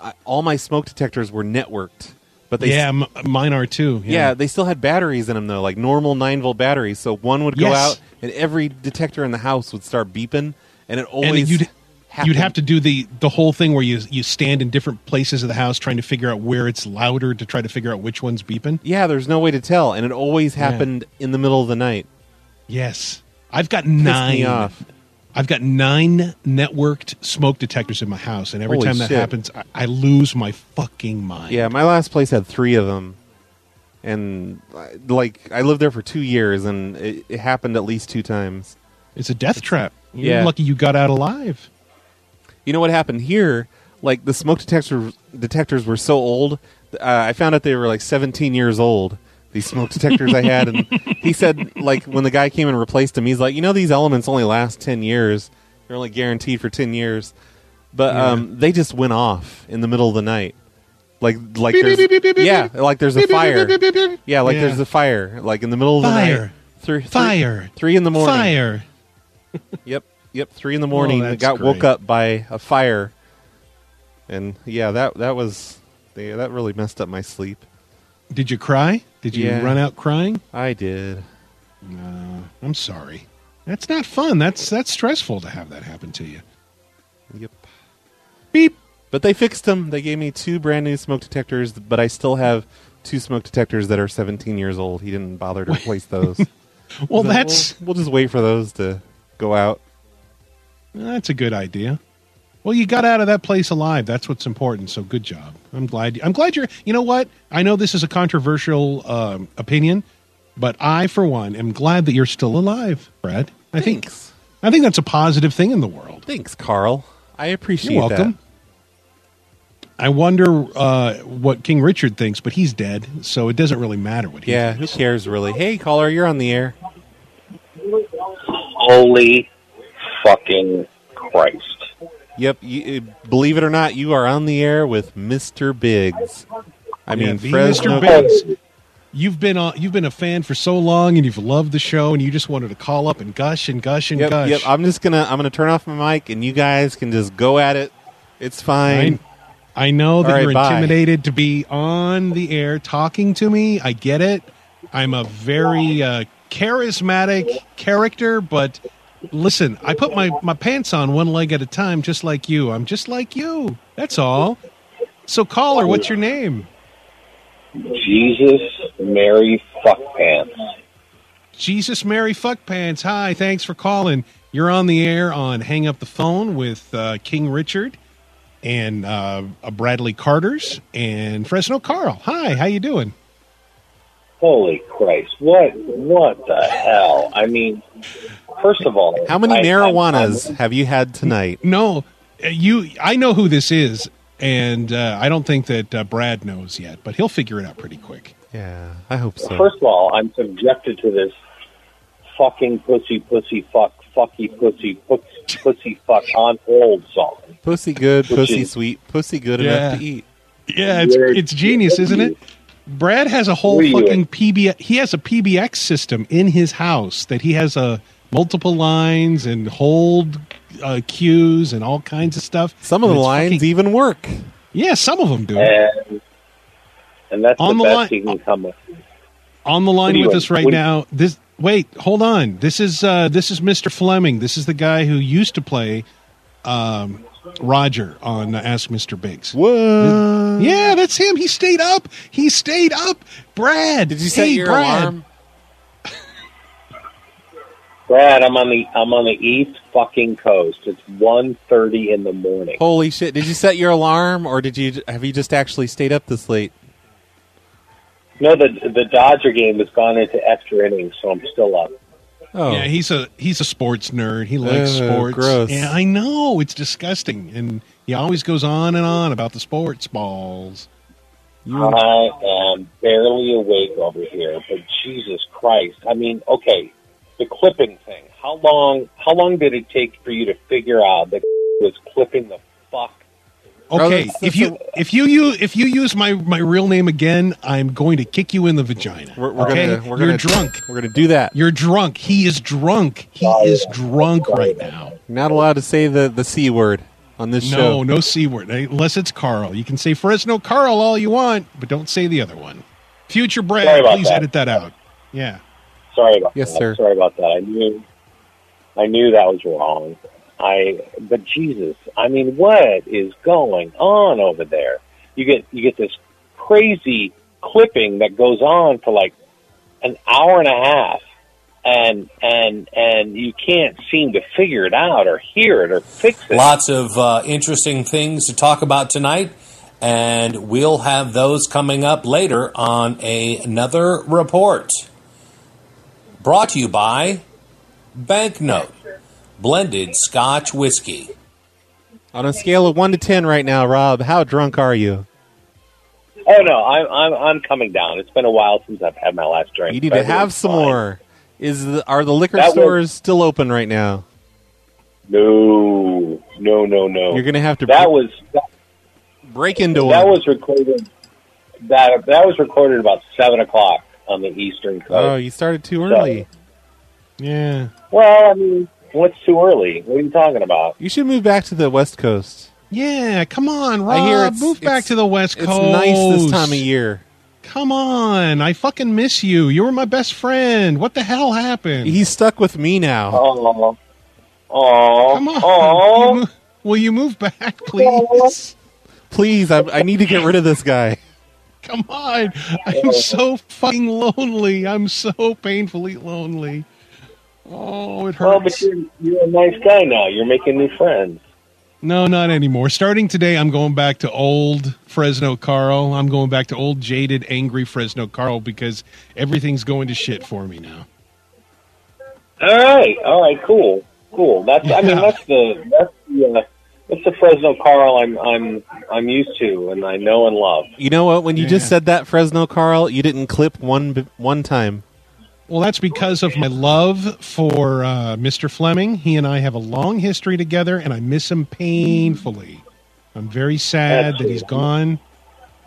I, all my smoke detectors were networked, but they yeah, m- mine are too. Yeah, they still had batteries in them though, like normal nine volt batteries. So one would go Yes. out, and every detector in the house would start beeping, and it always you'd- happened. You'd have to do the the whole thing where you you stand in different places of the house trying to figure out where it's louder to try to figure out which one's beeping. Yeah, there's no way to tell, and it always happened in the middle of the night. Yes, I've got Pissed nine. me off. I've got nine networked smoke detectors in my house, and every Holy time that shit. happens, I, I lose my fucking mind. Yeah, my last place had three of them, and uh, like I lived there for two years, and it, it happened at least two times. it's a death trap. You're yeah. lucky you got out alive. You know what happened here? Like the smoke detector detectors were so old. Uh, I found out they were like 17 years old. These smoke detectors I had, and he said like when the guy came and replaced them, he's like, you know, these elements only last 10 years. They're only guaranteed for 10 years, but um, they just went off in the middle of the night, Like like Beep, there's beep, beep, beep, beep, yeah, beep. like there's a Beep, beep, fire. beep, beep, beep, beep. Yeah, like Yeah. there's a fire. Like in the middle of the night. Fire. Three- three- Fire. Three in the morning. Fire. Yep. Yep. Three in the morning. that's it got woke great. up by a fire. And yeah, that that was yeah, that really messed up my sleep. Did you cry? Did you Yeah. run out crying? I did. No, I'm sorry. That's not fun. That's that's stressful to have that happen to you. Yep. Beep. But they fixed them. They gave me two brand new smoke detectors, but I still have two smoke detectors that are 17 years old. He didn't bother to replace those. Well, So that's we'll, we'll just wait for those to go out. that's a good idea. Well, you got out of that place alive. That's what's important. So good job. I'm glad. I'm glad you're. You know what? I know this is a controversial um, opinion, but I, for one, am glad that you're still alive, Brad. I think. Thanks. I think that's a positive thing in the world. Thanks, Carl. I appreciate You're welcome. I wonder uh, what King Richard thinks, but he's dead, so it doesn't really matter what that. he. Yeah, who cares really? Hey, caller, you're on the air. Holy fucking Christ. Yep, you, uh, believe it or not, you are on the air with Mr. Biggs. I Yeah, mean, the Fresno. Mr. Biggs. You've been on, you've been a fan for so long, and you've loved the show, and you just wanted to call up and gush and gush and Yep, gush. yep. I'm just gonna I'm gonna turn off my mic, and you guys can just go at it. It's fine. I know that All right, you're bye. intimidated to be on the air talking to me. I get it. I'm a very uh, charismatic character, but listen, I put my, my pants on one leg at a time, just like you. I'm just like you. That's all. So, caller, what's your name? Jesus, Mary, fuck pants. Jesus Mary Fuckpants. Hi, thanks for calling. You're on the air on Hang Up the Phone with uh, King Richard and uh, uh, Bradley Carter's and Fresno Carl. Hi, how you doing? Holy Christ! What what the hell? I mean, first of all, How many I- marijuanas have you had tonight? No, uh, you. I know who this is, and uh, I don't think that uh, Brad knows yet, but he'll figure it out pretty quick. Yeah, I hope I'm- First of all, I'm subjected to this fucking pussy, pussy, fuck, fucky, pussy, pussy, pussy, fuck on hold song. Pussy good, Which pussy is- sweet, pussy good Yeah. enough to eat. Yeah, it's Yeah. it's genius, isn't it? Brad has a whole Really? fucking PB. He has a PBX system in his house that he has uh, multiple lines and hold uh, cues and all kinds of stuff. Some of And the it's lines fucking- even work. yeah, some of them do. And, and that's On the, the best line- he can come with. on the line What do you with want? us right What do you- now. This wait, hold on. This is uh, this is Mr. Fleming. This is the guy who used to play um, Roger on uh, Ask Mr. Biggs. What? Yeah, that's him. He stayed up. He stayed up. Brad, Did you set hey, your Brad. alarm? Brad, I'm on the I'm on the east fucking coast. It's one thirty in the morning. Holy shit! Did you set your alarm, or did you have you just actually stayed up this late? No, the the Dodger game has gone into extra innings, so I'm still up. Oh, Yeah, he's a he's a sports nerd. He likes Ugh, sports. Oh, gross. Yeah, I know it's disgusting, and he always goes on and on about the sports balls. I am barely awake over here, but Jesus Christ! I mean, okay, the clipping thing. How long? How long did it take for you to figure out that was clipping the fuck? Okay, Brothers, if you if you use if you use my my real name again, I'm going to kick you in the vagina. we're, we're okay, gonna we're you're gonna drunk. We're gonna do that. You're drunk. He is drunk. He is drunk right now. Not allowed to say the the c word on this No, show. no c word unless it's Carl. You can say Fresno Carl all you want, but don't say the other one. Future Sorry Brad, about please that. edit that out. Yeah. Sorry about Yes, that. sir. Sorry about that. I knew, I knew that was wrong. I, but Jesus, I mean, what is going on over there? You get you get this crazy clipping that goes on for like an hour and a half, and and and you can't seem to figure it out or hear it or fix it. Lots of uh, interesting things to talk about tonight, and we'll have those coming up later on a, another report. Brought to you by Banknote Blended Scotch Whiskey. On a scale of one to ten right now, Rob, how drunk are you? Oh no, I'm I'm I'm coming down. It's been a while since I've had my last drink. You need but to have everything's some fine. more. Is the, are the liquor That was- stores still open right now? No, no, no, no. Oh. You're gonna have to. that was that, break into that one. was recorded. That that was recorded about seven o'clock on the Eastern Coast. Oh, you started too So- early. Yeah, Well, I mean, what's too early? What are you talking about? you should move back to the West Coast. Yeah, come on, Rob. I hear it's- move back it's- to the West it's Coast. nice this time of year. Come on, I fucking miss you. You were my best friend. What the hell happened? He's stuck with me now. Oh, oh, come on. oh. You mo- will you move back, please? Please, I, I need to get rid of this guy. Come on. I'm so fucking lonely. I'm so painfully lonely. Oh, it hurts. Well, but you're, you're a nice guy now. You're making new friends. No, not anymore. Starting today, I'm going back to old Fresno Carl. I'm going back to old jaded, angry Fresno Carl because everything's going to shit for me now. All right, all right, cool, cool. That's I mean Yeah. that's the that's the uh, that's the Fresno Carl I'm I'm I'm used to and I know and love. You know what? When you just said that, Fresno Carl, you didn't clip one b- one time. Well, that's because of my love for uh, Mr. Fleming. He and I have a long history together, and I miss him painfully. I'm very sad that he's gone.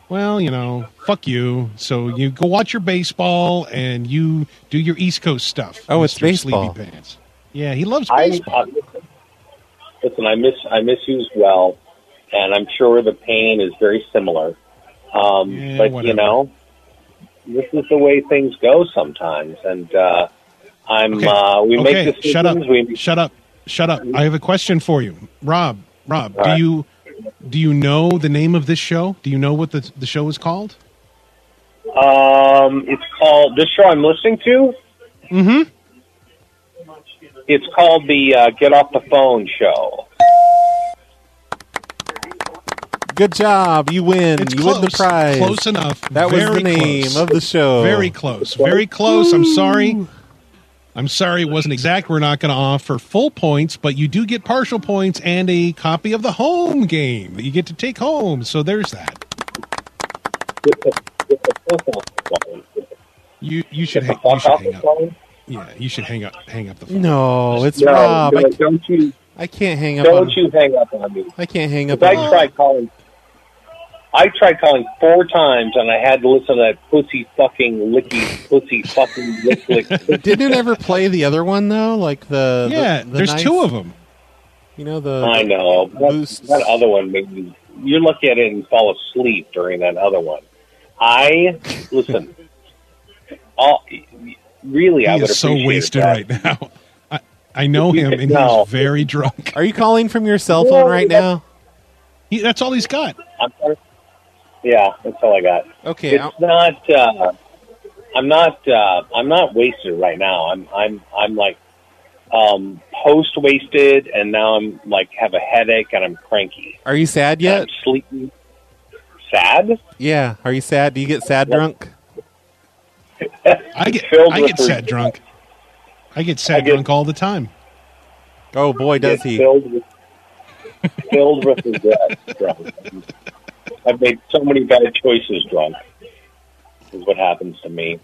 Well, you know, fuck you. So you go watch your baseball and you do your East Coast stuff. Oh, it's Mr. baseball. Sleepy Pants. Yeah, he loves I, baseball. I- listen, I miss I miss you as well, and I'm sure the pain is very similar. Um, Yeah, but whatever. you know, this is the way things go sometimes, and uh, I'm uh, we okay, make decisions. shut up. We make Shut up. Shut up. I have a question for you. Rob, Rob, All do right. you do you know the name of this show? Do you know what the the show is called? Um, it's called this show I'm listening to. Mm-hmm. Mhm. It's called the uh, Get Off the Phone Show. Good job, you win. you win the prize. Close enough. That was Very the name close. of the show. Very close. Very close. I'm sorry. I'm sorry it wasn't exact. We're not going to offer full points, but you do get partial points and a copy of the home game that you get to take home. So there's that. Get the, get the fuck off the phone. Get You you should the hang, you fuck should off hang the up. phone. Yeah, you should hang up hang up the phone. No, it's No, Rob. no, I, don't you I can't hang up. don't on, you hang up on me. I can't hang up. Because on- I tried calling. I tried calling four times, and I had to listen to that pussy fucking licky pussy fucking lick lick. Didn't it ever play the other one though? Like the the- Yeah, the there's nice- two of them. You know the I know that, Boosts. that other one made me. You're lucky I didn't fall asleep during that other one. I listen. all, really, I He would is so appreciate wasted that. right now. I I know You him, could and tell. he's very drunk. Are you calling from your cell phone right now? He, that's all he's got. I'm sorry. Yeah, that's all I got. Okay, it's not. Uh, I'm not. Uh, I'm not wasted right now. I'm. I'm. I'm like um, post wasted, and now I'm like have a headache, and I'm cranky. Are you sad Yeah, yet? I'm sleepy. Sad. Yeah. Are you sad? Do you get sad drunk? I get Filled I with get re- sad drunk. I get sad I get- drunk all the time. Oh boy, does Get he! Filled with, filled with regret. drunk. I've made so many bad choices. Drunk is what happens to me.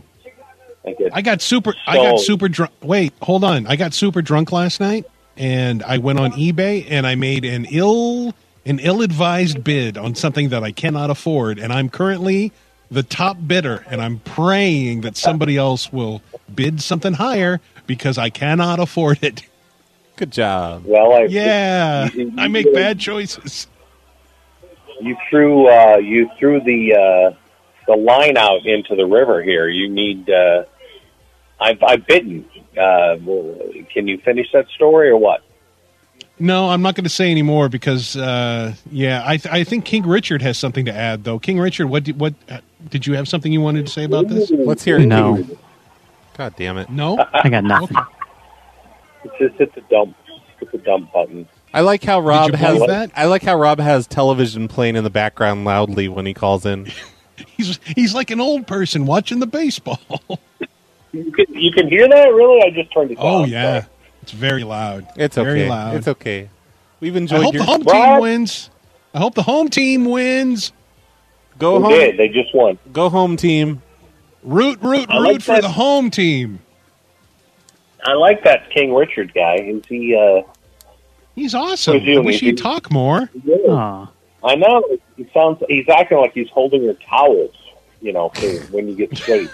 I get I got super. I got So- super drunk. Wait, hold on. I got super drunk last night, and I went on eBay and I made an ill, an ill-advised bid on something that I cannot afford, and I'm currently the top bidder, and I'm praying that somebody else will bid something higher because I cannot afford it. Good job. well. I Yeah, You- you- I make you- bad choices. You threw uh, you threw the uh, the line out into the river here. You need. Uh, I've I've bitten. Uh, well, can you finish that story or what? No, I'm not going to say anymore because, uh, yeah, I, th- I think King Richard has something to add, though. King Richard, what did, what uh, did you have something you wanted to say about this? Let's hear it. No. God damn it! No, I got nothing. It's just hit the dump. Hit the dump button. I like how Rob you has. believe that? I like how Rob has television playing in the background loudly when he calls in. he's he's like an old person watching the baseball. You can you can hear that really? I just turned it. Oh down. yeah, it's very loud. It's okay. very loud. It's okay. We've I enjoyed hope your the home team Rob? wins. I hope the home team wins. go They home. did. They just won. Go home, team. Root, root, I root like for that. the home team. I like that King Richard guy. Is he? Uh, He's awesome. Who's you, I wish he'd Weezy? talk more. Aw. I know it sounds. He's acting like he's holding your towels, you know, for when you get sleep.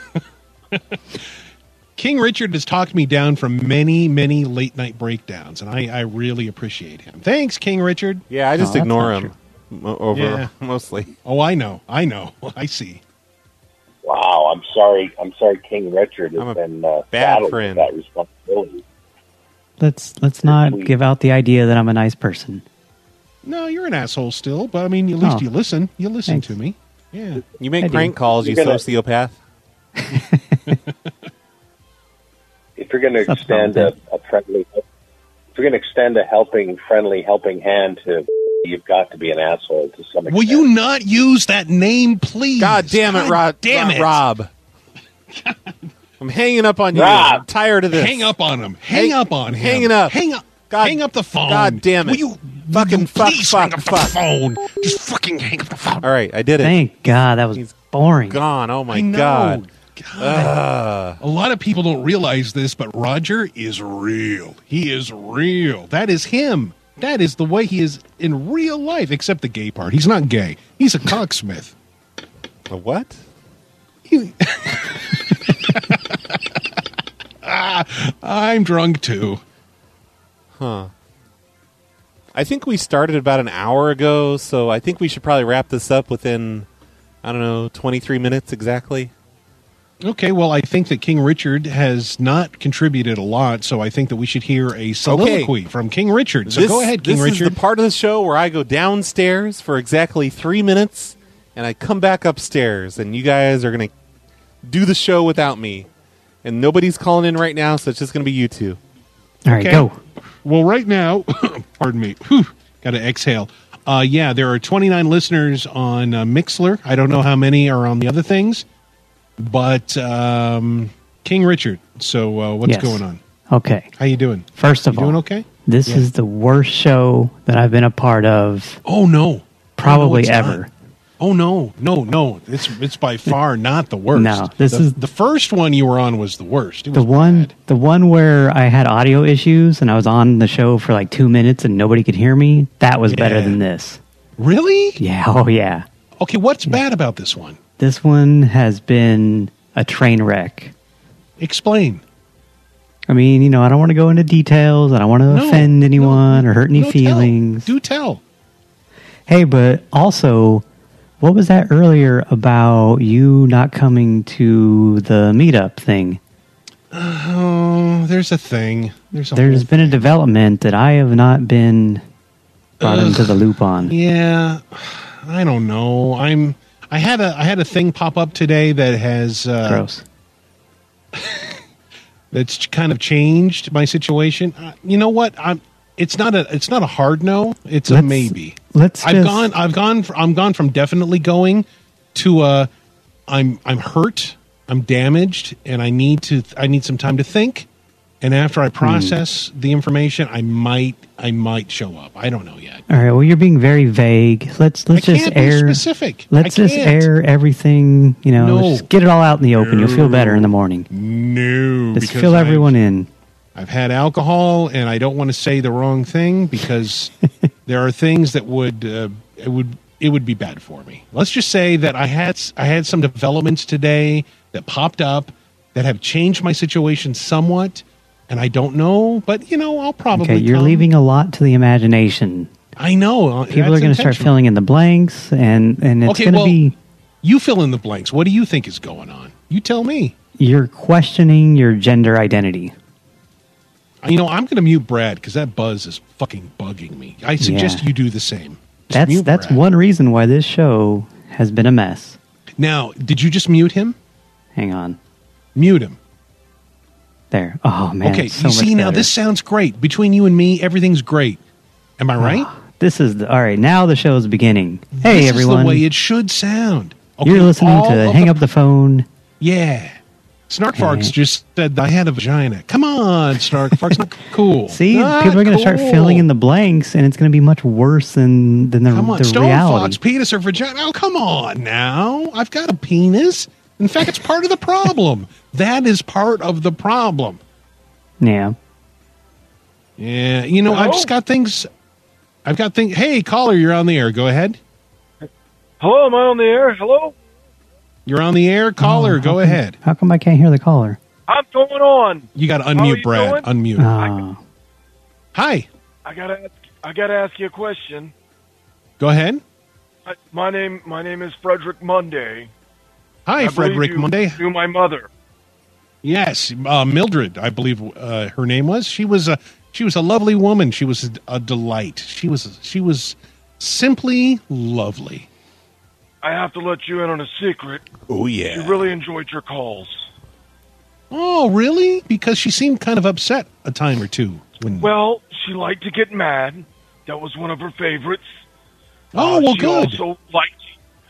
King Richard has talked me down from many, many late night breakdowns, and I, I really appreciate him. Thanks, King Richard. Yeah, I No, just that's ignore not him mo- over Yeah. mostly. Oh, I know. I know. I see. Wow, I'm sorry. I'm sorry, King Richard has been uh, saddled friend. with that responsibility. Let's let's not give out the idea that I'm a nice person. No, you're an asshole still, but I mean, at least Oh. you listen. You listen to me. Yeah. You make I do. prank calls, you You're gonna- sociopath. If you're going to extend a, a friendly, if you're going to extend a helping, friendly, helping hand to, you've got to be an asshole to some extent. Will you not use that name, please? God damn it, Rod. Damn Ro- it, Rob. I'm hanging up on you. Rob. I'm tired of this. Hang up on him. Hang up on him. Hanging up. Hang up. hang up the phone. God damn it. Will you fucking fuck, fuck, hang up fuck. the phone? Just fucking hang up the phone. All right, I did it. Thank God that was boring. Gone. Oh my I know. god. A lot of people don't realize this, but Roger is real. He is real. That is him. That is the way he is in real life, except the gay part. He's not gay. He's a cocksmith. A what? Ah, I'm drunk too. Huh. I think we started about an hour ago, so I think we should probably wrap this up within I don't know, 23 minutes exactly. Okay, well, I think that King Richard has not contributed a lot, so I think that we should hear a soliloquy from King Richard. So this, go ahead, King this Richard. is the part of the show where I go downstairs for exactly three minutes, and I come back upstairs, and you guys are gonna do the show without me, and nobody's calling in right now, so it's just gonna be you two. All right, Okay. go. Well, right now, pardon me, got to exhale. Uh, yeah, there are 29 listeners on uh, Mixler. I don't know how many are on the other things, but um, King Richard. So uh, what's Yes. going on? Okay. How you doing? First of You all, doing okay? This Yeah. is the worst show that I've been a part of. Oh no! Probably it's ever. not. Oh no, no, no! It's it's by far not the worst. No, this The- is- the first one you were on was the worst. It The was one, the one where I had audio issues and I was on the show for like two minutes and nobody could hear me. That was better Yeah. than this. really Yeah. Oh yeah. okay. What's bad about this one? This one has been a train wreck. Explain. I mean, you know, I don't want to go into details. I don't want to No, offend anyone or hurt any No, tell. feelings. Do tell. Hey, but also, what was that earlier about you not coming to the meetup thing? Oh, there's a thing. There's a There's whole- been a development that I have not been brought into the loop on. Yeah, I don't know. I'm. I had a I had a thing pop up today that has uh, Gross. that's ch- kind of changed my situation. Uh, you know what? I'm. It's not a. It's not a hard no. It's a Let's- maybe. Let's I've just, gone. I've gone. Fr- I'm gone from definitely going to. Uh, I'm. I'm hurt. I'm damaged, and I need to. I need some time to think. And after I Hmm. process the information, I might. I might show up. I don't know yet. All right. Well, you're being very vague. Let's let's I just can't air. be specific. Let's I just can't. air everything. You know, No. just get it all out in the open. You'll feel better in the morning. No, Let's because fill I've- everyone in. I've had alcohol, and I don't want to say the wrong thing because there are things that would uh, it would it would be bad for me. Let's just say that I had s- I had some developments today that popped up that have changed my situation somewhat, and I don't know, but you know, I'll probably. Okay, you're come. leaving a lot to the imagination. I know People uh, that's are going to start intentional. filling in the blanks, and and it's Okay, going to well- be You fill in the blanks. What do you think is going on? You tell me. you're questioning your gender identity. I- You know, I'm going to mute Brad because that buzz is fucking bugging me. I suggest Yeah. you do the same. Just That's mute that's Brad. one reason why this show has been a mess. Now, did you just mute him? Hang on, Mute him. there. Oh man, okay, it's so you see much now better. this sounds great. Between you and me, everything's great. Am I right? Oh, This is the, all right. Now the show is beginning. Hey this everyone, is the way it should sound. Okay, you're listening all to of Hang the- Up the Phone. Yeah. Snarkfarks Okay. just said I had a vagina. Come on, Snarkfarks, not cool. See, Ah, people are going to start filling in the blanks, and it's going to be much worse than than the, Come on, the Stone reality. Fox, penis or vagina? Oh, come on now. I've got a penis. In fact, it's part of the problem. that is part of the problem. Yeah. Yeah, you know, I've just got things. I've got things. Hey, caller, you're on the air. Go ahead. Hello, am I on the air? Hello? You're on the Oh, air, caller. how go come- ahead. How come I can't hear the caller? I'm going on. You got to unmute, you doing? Brad. Unmute. Ah. Hi. I gotta, ask- I gotta ask you a question. Go ahead. I, my name, my name is Frederick Monday. Hi, I believe Frederick you Monday. Knew my mother. Yes, uh, Mildred, I believe uh, her name was. She was a she was a lovely woman. She was a, delight. She was she was simply lovely. I have to let you in on a secret. Oh, yeah. She really enjoyed your calls. Oh, really? Because she seemed kind of upset a time or two. When Well, she liked to get mad. That was one of her favorites. Uh, oh, well, she good. also liked.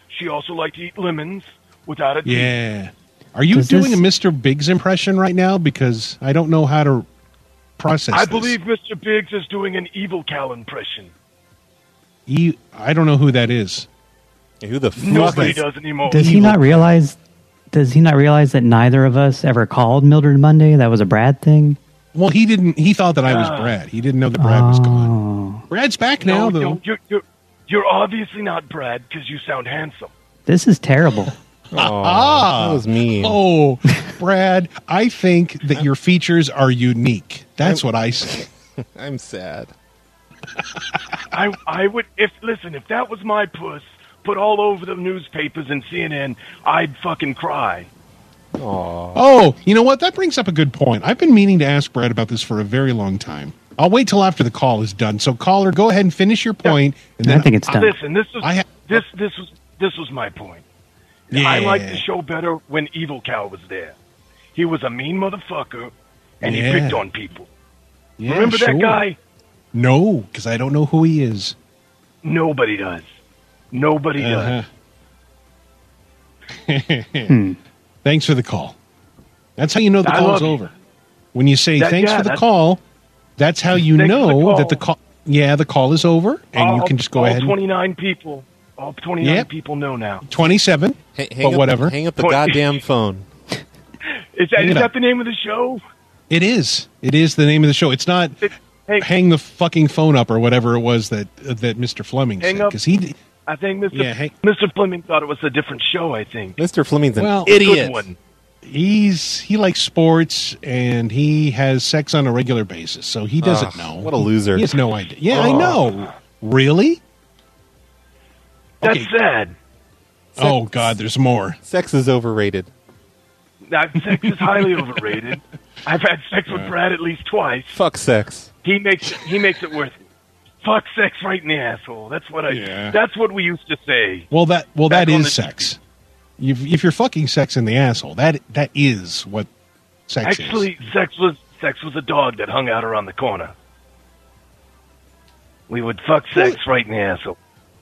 She also liked to eat lemons without a. yeah. Are you Does doing this- a Mr. Biggs impression right now? Because I don't know how to process. I this. believe Mr. Biggs is doing an evil cow impression. You, I don't know who that is. Who the Nobody does anymore. Does he not realize? Does he not realize that neither of us ever called Mildred Monday? That was a Brad thing. Well, he didn't. He thought that I Uh. was Brad. He didn't know that Brad was gone. Brad's back now, no, though. no, you're, you're, you're obviously not Brad because you sound handsome. This is terrible. ah, that was mean. Oh, Brad, I think that your features are unique. That's what I say. I'm sad. I I would if listen if that was my puss put all over the newspapers and CNN, I'd fucking cry. Oh, you know what? That brings up a good point. I've been meaning to ask Brad about this for a very long time. I'll wait till after the call is done. So, caller, go ahead and finish your point, and then Listen, this was I ha- this this was this was my point. I liked the show better when Evil Cow was there. He was a mean motherfucker, and Yeah. he picked on people. Yeah, Remember sure. that guy? No, because I don't know who he is. Nobody does. Nobody Uh-huh. does. Hmm. Thanks for the call. That's how you know the I love call's you. over. When you say That- thanks yeah, for the that's- call, that's how you Thanks for the know call. that the call. Yeah, the call is over, and you All- can just go all ahead. And, Twenty nine people. All twenty nine Yep. people know now. Twenty-seven. Hey, hang but up- whatever. hang up the Point- goddamn phone. Is that Hang is it that up. the name of the show? It is. It is the name of the show. It's not hey. hang the fucking phone up or whatever it was that that Mr. Fleming Hang said up. because he I think Mr. Yeah, hey- Mr. Fleming thought it was a different show. I think Mr. Fleming's an well idiot. Good one. He's he likes sports and he has sex on a regular basis, so he doesn't Ugh, know. what a loser. He has no idea. Yeah, I Ugh. know. Really? That's sad. Oh God, there's more. Sex is overrated. That sex is highly overrated. I've had sex with Brad at least twice. Fuck sex. He makes it, he makes it worth it. Fuck sex right in the asshole. That's what I. That's what we used to say. Well, that well that Back on is the- sex. If, if you're fucking sex in the asshole, that that is what sex is. Actually, sex was sex was a dog that hung out around the corner. We would fuck sex right in the asshole.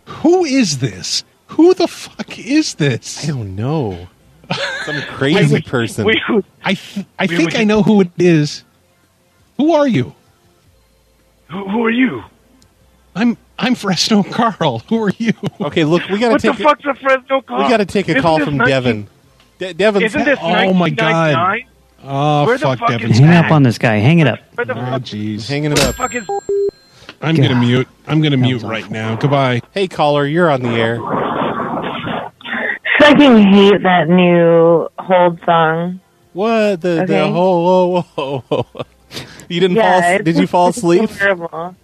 Who is this? Who the fuck is this? I don't know. Some crazy person. We would, I th- I we think would- I know who it is. Who are you? Who, who are you? I'm I'm Fresno Carl. Who are you? Okay, look, we gotta What the take. fuck's a Fresno call? we gotta take a Isn't call this from 19 Devin. De- Devin's Isn't this Oh my god. 1999? Oh Where the fuck, fuck Devin. is Hang up that? on this guy. Hang it up. Where the Oh jeez. Hanging it up. fuck is I'm going to mute. I'm going to mute right now. Goodbye. Hey, caller, you're on the air. Fucking hate that new hold song. What the the Okay. whole whoa, whoa, whoa. You didn't Yeah, fall? it's- Did you fall it's asleep? Horrible.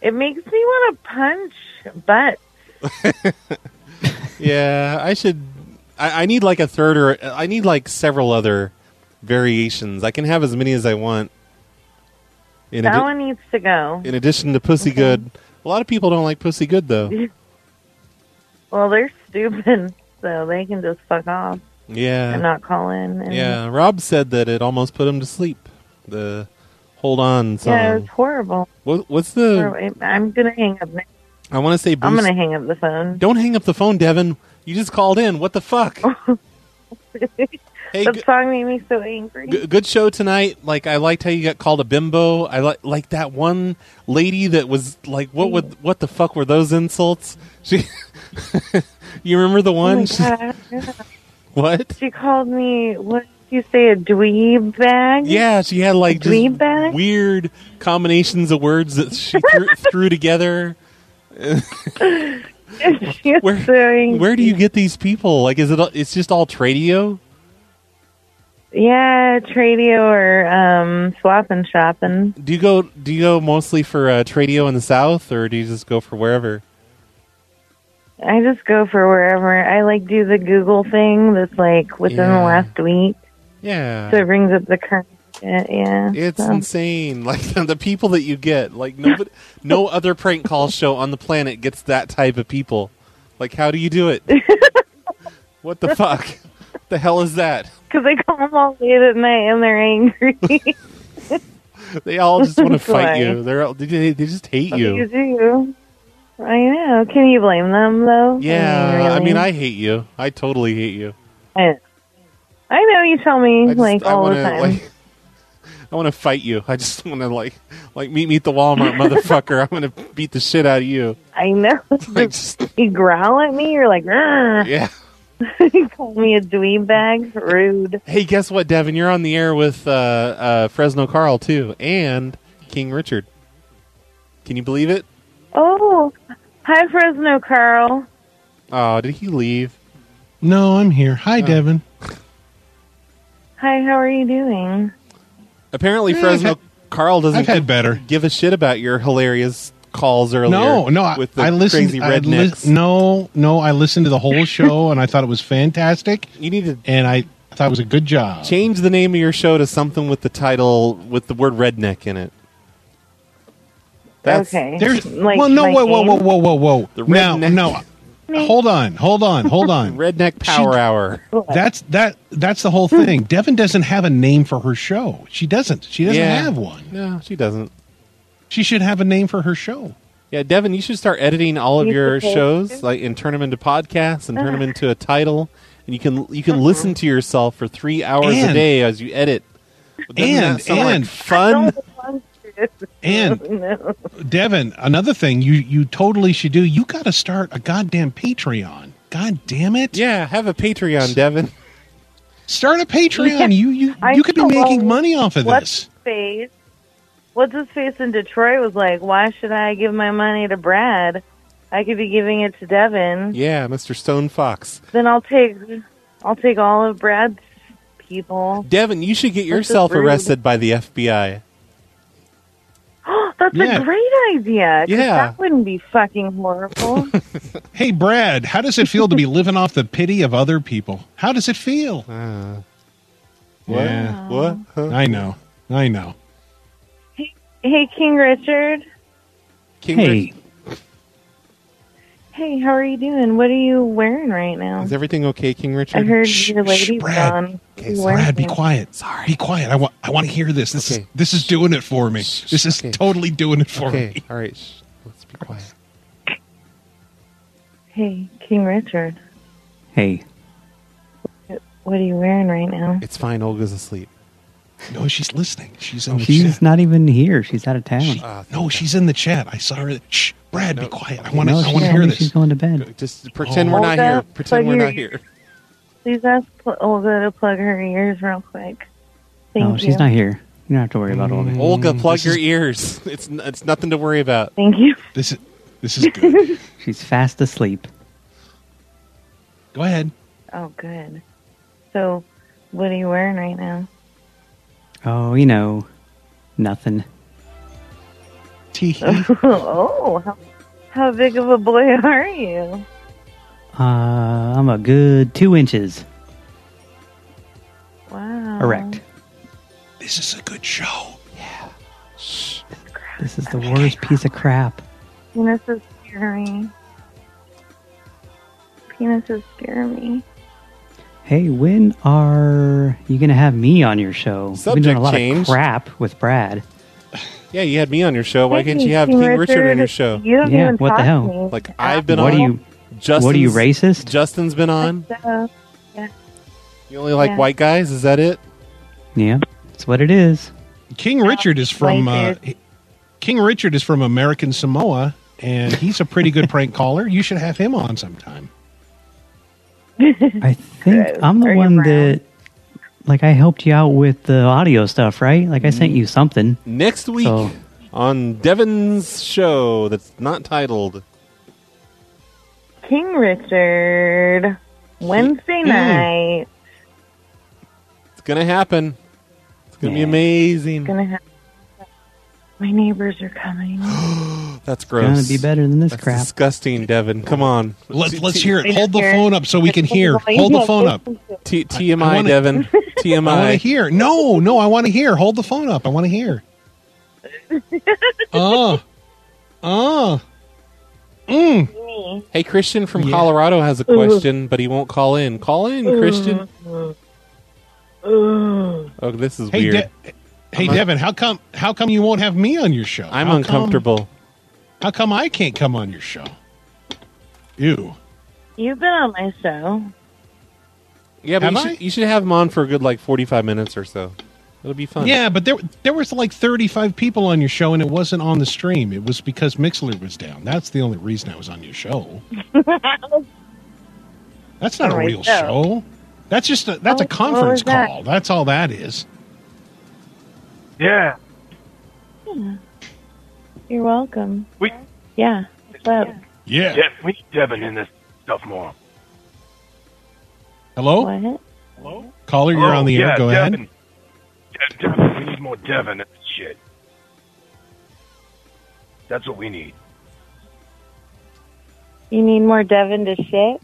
It makes me want to punch butt. Yeah, I should. I, I need like a third or I need like several other variations. I can have as many as I want. In, that addi- one needs to go. in addition to Pussy Good, a lot of people don't like Pussy Good though. Well, they're stupid, so they can just fuck off Yeah, and not call in. And, yeah. Rob said that it almost put him to sleep. The Hold On song. Yeah, it was horrible. What, what's the? Horrible. I'm gonna hang up. now. I want to say. Boost. I'm gonna hang up the phone. Don't hang up the phone, Devin. You just called in. What the fuck? that song made me so angry. G- good show tonight. Like I liked how you got called a bimbo. I like like that one lady that was like, what would what the fuck were those insults? She, you remember the Oh my one? She- God, yeah. what? She called me. What did you say? A dweeb bag? Yeah, she had like just Dweeb bag? weird combinations of words that she threw, threw together. where, Where do you get these people? Like, is it? all- It's just all Tradio. Yeah, Tradio or um, swapping shopping. Do you go? Do you go mostly for uh, Tradio in the South, or do you just go for wherever? I just go for wherever. I like do the Google thing that's like within Yeah. the last week, Yeah, so it brings up the current. shit, Yeah, it's so. insane. Like the people that you get. Like nobody, no other prank call show on the planet gets that type of people. Like, how do you do it? what the fuck? The hell is that? Because they come home all late at night and they're angry. They all just want to fight Why? you. They're all, they, they just hate You you. do. I know. Can you blame them though? Yeah, I mean, really? I mean, I hate you. I totally hate you. I, I know you tell me like I all wanna, the time. Like, I want to fight you. I just want to like, like meet me at the Walmart, motherfucker. I'm gonna beat the shit out of you. I know. you growl at me. You're like, "Argh." Yeah. you call me a dweeb bag. Rude. Hey, guess what, Devin? You're on the air with uh, uh, Fresno Carl too, and King Richard. Can you believe it? Oh, hi Fresno Carl. Oh, did he leave? No, I'm here. Uh, Hi, Devin. Hi, how are you doing? Apparently, Hey, Fresno I've Carl doesn't Eh, I've had give, better. give a shit about your hilarious calls earlier. No, no, I, with the I listened. crazy I li- rednecks. no, no, I listened to the whole show and I thought it was fantastic. You need to, and I thought it was a good job. Change the name of your show to something with the title with the word redneck in it. okay. There's, Like well, no, my whoa, whoa, name? whoa, whoa, whoa, whoa. The Now, redneck- no, hold on, hold on, hold on. redneck Power Hour. That's that. That's the whole thing. Devin doesn't have a name for her show. She doesn't. She doesn't Yeah. have one. No, she doesn't. She should have a name for her show. Yeah, Devin, you should start editing all of You your suppose shows, like, and turn them into podcasts, and Uh-huh. turn them into a title, and you can you can listen to yourself for three hours a And- day as you edit. Doesn't that and- sound like and- fun. And no. Devin, another thing you you totally should do. You got to start a goddamn Patreon. God damn it! Yeah, have a Patreon, Devin. Start a Patreon. Yeah. You you I you could be know. making money off of What's this. his face? What's his face in Detroit was like, why should I give my money to Brad? I could be giving it to Devin. Yeah, Mr. Stone Fox. Then I'll take, I'll take all of Brad's people. Devin, you should get That's so yourself rude. arrested by the FBI. That's Yeah. a great idea. 'cause Yeah. That wouldn't be fucking horrible. Hey, Brad, how does it feel to be living off the pity of other people? How does it feel? What? Yeah. Uh, What? I know. I know. hey, King Richard. King Hey. Hey, how are you doing? What are you wearing right now? Is everything okay, King Richard? I heard your lady's Brad. gone. Okay, Brad, be quiet. Sorry. Be quiet. I want I want to hear this. This is this is doing it for me. This is totally doing it for Okay, me. All right. Shh. Let's be quiet. Hey, King Richard. Hey. What are you wearing right now? It's fine. Olga's asleep. No, she's listening. She's in the She's chat. uh, not even here. She's out of town. No, she's in the chat. I saw her. Shh, Brad, be quiet. I want to No, I she want to told hear me this. She's going to bed. Just pretend Oh. we're not Olga, here. plug Pretend we're your- not here. Please ask Pl- oh, Olga to plug her ears real quick. Thank No, you. she's not here. You don't have to worry about Olga. Mm, Olga, plug your ears. It's n- it's nothing to worry about. Thank you. This is this is good. She's fast asleep. Go ahead. Oh, good. So, what are you wearing right now? Oh, you know, nothing. oh, how, how big of a boy are you? Uh, I'm a good two inches Wow. erect. This is a good show. This is the worst piece of crap. Penis is scary. Penis is scare me. Hey, when are you going to have me on your show? You've been doing Subject a lot change. of crap with Brad. Yeah, you had me on your show. Why can't Hey, you have King King Richard, on Richard, your show? you haven't Yeah, even what the talked hell? to me. Like I've been What on. are you- Justin's, what are you, racist? Justin's been on. So, yeah. You only like Yeah. white guys. Is that it? Yeah, that's what it is. King Richard is from uh, Right he- King Richard is from American Samoa, and he's a pretty good prank caller. You should have him on sometime. I think I'm the one that, like, I helped you out with the audio stuff, right? Like, I sent you something. Mm. Next week So- on Devin's show that's not titled. King Richard Wednesday night. It's gonna happen. It's gonna be amazing. Gonna have my neighbors are coming. That's gross. Gonna be better than this That's crap. Disgusting, Devin. Come on. Let's- let's hear it. Hold the phone up so we can hear. Hold the phone up. T- TMI, I wanna- Devin. I want to TMI. hear. No, no, I want to hear. Hold the phone up. I want to hear. Oh, oh, mm. Hey, Christian from Yeah. Colorado has a question, but he won't call in. Call in, Christian. Oh, this is Hey, weird. De- hey, Devin. How come? How come you won't have me on your show? I'm How come- uncomfortable. how come I can't come on your show? Ew. You've been on my show. Yeah, Have but you I? should, you should have him on for a good like 45 minutes or so. It'll be fun. Yeah, but there there was like 35 people on your show, and it wasn't on the stream. It was because Mixler was down. That's the only reason I was on your show. That's not a Alright, real so- show. That's just a, that's a What- Oh, what conference was that? call. That's all that is. Yeah. Yeah. You're welcome. We- yeah. What's up? Yeah. we need Devin in this stuff more. Hello, What? Hello? caller, you're Oh, on the yeah, air. Go ahead. Devin. Yeah, Devin. We need more Devin in this shit. That's what we need. You need more Devin to shit?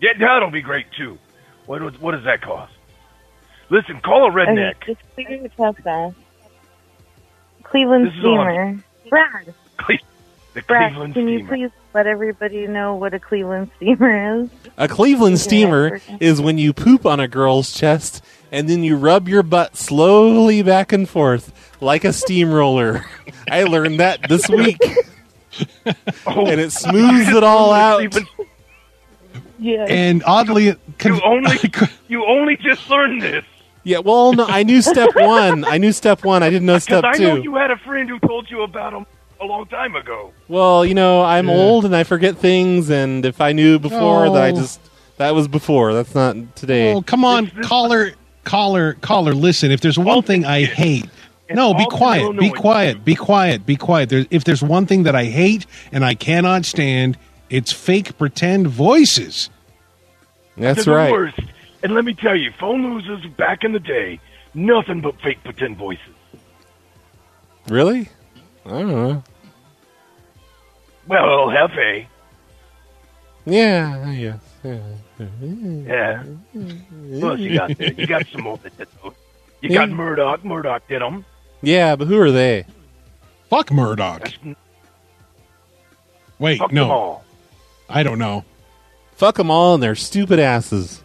Yeah, that'll be great too. What what- what does that cost? Listen, call a redneck. Okay, just clear your chest out. Cleveland This is on- Steamer. Brad, The Brad, Cleveland can you Steamer. please let everybody know what a Cleveland Steamer is? A Cleveland steamer is when you poop on a girl's chest and then you rub your butt slowly back and forth like a steamroller. I learned that this week. Oh. and it smooths it all out. Yeah. And oddly, you only you only just learned this Yeah, well, no, I knew step one. I knew step one. I didn't know because step I know two. you had a friend who told you about him a long time ago. Well, you know, I'm old and I forget things, and if I knew before, that I Oh. just. That was before. That's not today. Oh, come on, caller, caller, caller. Listen, if there's one thing I hate. No, be Alton, quiet, be Illinois. quiet, be quiet, be quiet. There, if there's one thing that I hate and I cannot stand, it's fake pretend voices. That's They're the worst. And let me tell you, phone losers back in the day, nothing but fake pretend voices. Really? I don't know. Well, Hefe. Yeah, yeah, yeah. Yeah. Plus, you got there. You got some more that did those. You got Yeah. Murdoch. Murdoch did them. Yeah, but who are they? Fuck Murdoch. Wait, Fuck no. them all. I don't know. Fuck them all and their stupid asses.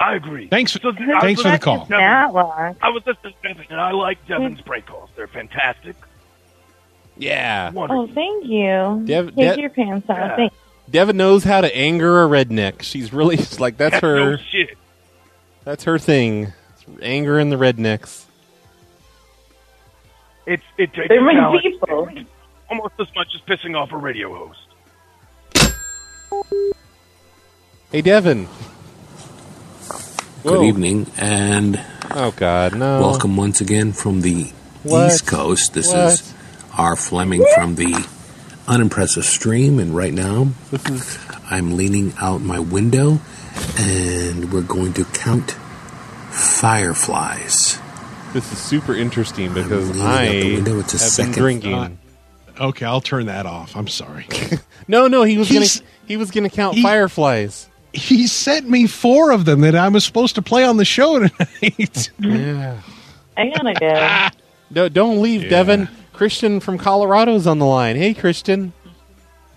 I agree. Thanks. thanks for the call. Not long. I was listening to Devin, and I like Mm. Devin's break calls. They're fantastic. Yeah. Oh, thank you. Dev- Take Dev- your pants off. Yeah. Thanks. Devin knows how to anger a redneck. She's really she's like that's her. shit. That's her thing. It's Angering the rednecks. It's it takes They're my talent people. almost as much as pissing off a radio host. Hey, Devin. Good Whoa. evening, and oh god, no! Welcome once again from the What? East Coast. This What? is R. Fleming from the unimpressive stream, and right now I'm leaning out my window, and we're going to count fireflies. This is super interesting because leaning I out the have window. been It's a second drinking. thought. Okay, I'll turn that off. I'm sorry. no, no, he was gonna he was gonna count fireflies. He sent me four of them that I was supposed to play on the show tonight. yeah. I gotta go. No, don't leave, Devin. Christian from Colorado's on the line. Hey, Christian.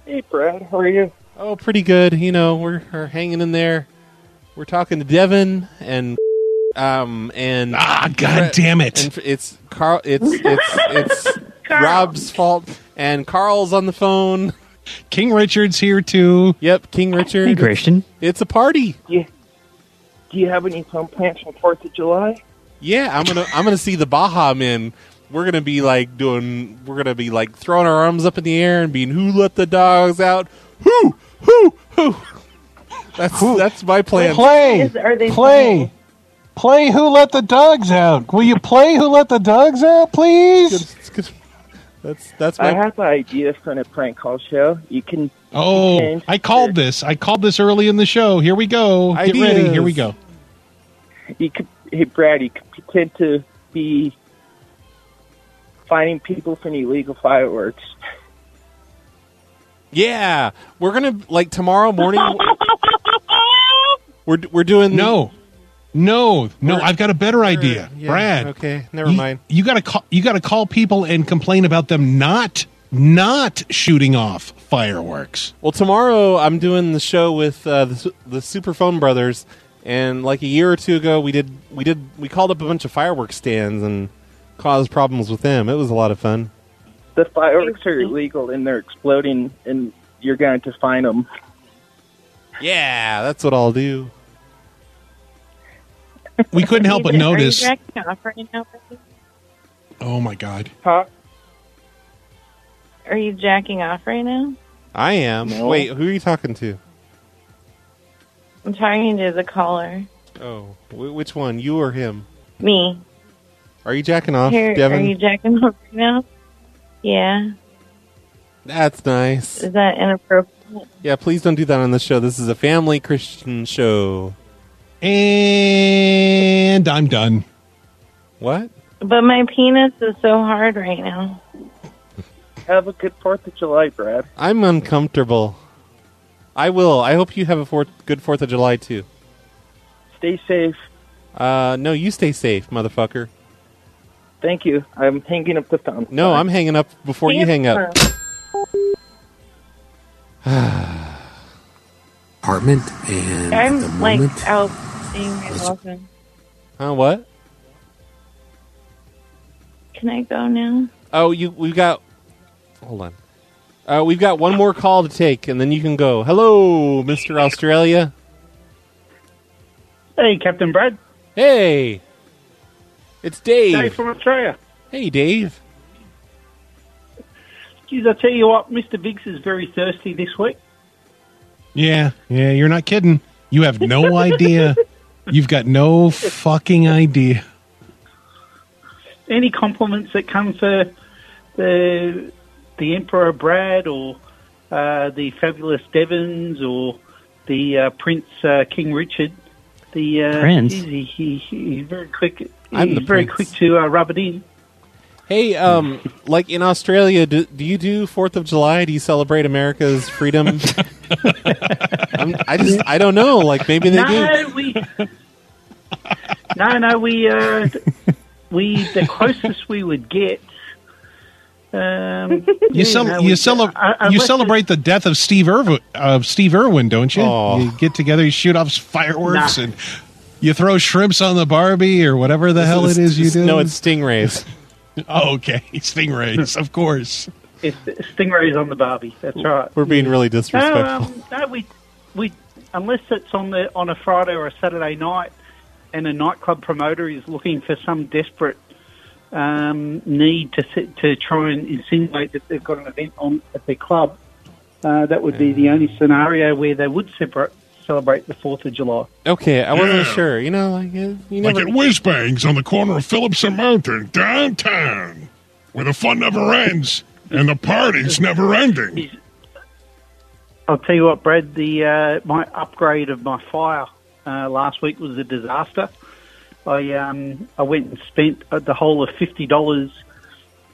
Hey, Brad, how are you? Oh, pretty good. You know, we're, we're hanging in there. We're talking to Devin and um and ah, God damn it! And f- it's Carl. It's it's it's Rob's fault. And Carl's on the phone. King Richard's here too. Yep, King Richard. Hey, Christian. It's a party. Do you have any fun plans for Fourth of July? Yeah, I'm gonna I'm gonna see the Baja Men. We're gonna be like doing. We're gonna be like throwing our arms up in the air and being "Who let the dogs out? Who? Who? Who?" That's that's my plan. Play, Is- are they play, play. Who let the dogs out? Will you play? Who let the dogs out, please? That's that's I my have an idea for a prank call show. You can. you Oh, can- I called this. I called this early in the show. Here we go. Get ready. Here we go. You could, hey Brad, you could pretend to be finding people for illegal fireworks. yeah. We're gonna like tomorrow morning. we're we're doing no, no, no. I've got a better idea, yeah, Brad. okay, never you- mind. You got to call. You got to call people and complain about them not not shooting off fireworks. Well, tomorrow I'm doing the show with uh, the, Su- the Superphone Brothers, and like a year or two ago, we did we did we called up a bunch of fireworks stands and caused problems with them. It was a lot of fun. The fireworks are illegal and they're exploding, and you're going to find them. Yeah, that's what I'll do. We couldn't help but Are you notice. jacking off right now, baby? Oh my god. Huh? Are you jacking off right now? I am. No. Wait, who are you talking to? I'm talking to the caller. Oh, wh- which one? You or him? Me. Are you jacking off, Here, Devin? Are you jacking off right now? Yeah. That's nice. Is that inappropriate? Yeah, please don't do that on the show. This is a family Christian show. And I'm done. What? But my penis is so hard right now. Have a good Fourth of July, Brad. I'm uncomfortable. I will. I hope you have a fourth, good Fourth of July too. Stay safe. Uh, no, you stay safe, motherfucker. Thank you. I'm hanging up the phone. No, I'm hanging up before you hang up. Apartment and at the I'm like moment, out seeing my girlfriend. Huh? What? Can I go now? Oh, you. We've got. Hold on. Uh, we've got one more call to take, and then you can go. Hello, Mister Australia. Hey, Captain Brad. Hey, it's Dave. Dave from Australia. Hey, Dave. Geez, I tell you what, Mr. Biggs is very thirsty this week. Yeah, yeah. You're not kidding. You have no idea. You've got no fucking idea. Any compliments that come for the the Emperor Brad or uh, the fabulous Devons or the uh, Prince uh, King Richard? The uh, Prince? geez, he, he, he's very quick. I'm he's the very prince. quick to uh, rub it in. Hey, um, like in Australia, do, do you do Fourth of July? Do you celebrate America's freedom? I'm, I just, I don't know. Like maybe they do. no, we. no, no, we. Uh, we the closest we would get. Um, You cel- know, you, we- cele- uh, you unless celebrate the death of Steve Irwin, of Steve Irwin, don't you? You get together, you shoot off fireworks, Nah. and you throw shrimps on the Barbie or whatever the hell is- it is you this- do. no, it's stingrays. oh, okay, stingrays, of course. It's stingrays on the Barbie. That's right. We're being really No, disrespectful. um, no, we we unless it's on the on a Friday or a Saturday night, and a nightclub promoter is looking for some desperate um, need to sit, to try and insinuate that they've got an event on at their club. Uh, that would be the only scenario where they would separate, celebrate the Fourth of July. Okay, I wasn't Yeah. sure. You know, like you you Like never. at Whiz Bangs on the corner of Phillips and Mountain, downtown, where the fun never ends and the party's never ending. I'll tell you what, Brad. The uh, my upgrade of my fire uh, last week was a disaster. I um, I went and spent uh, the whole of fifty dollars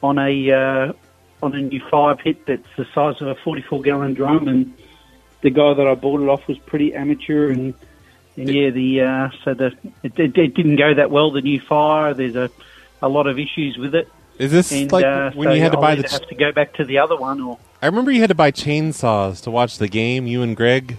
on a uh, on a new fire pit that's the size of a forty four gallon drum, and the guy that I bought it off was pretty amateur, and and yeah, the uh, so the it, it, it didn't go that well. The new fire, there's a a lot of issues with it. Is this and, like uh, when so you had to I'll buy either the? have to go back to the other one or I remember you had to buy chainsaws to watch the game. You and Greg.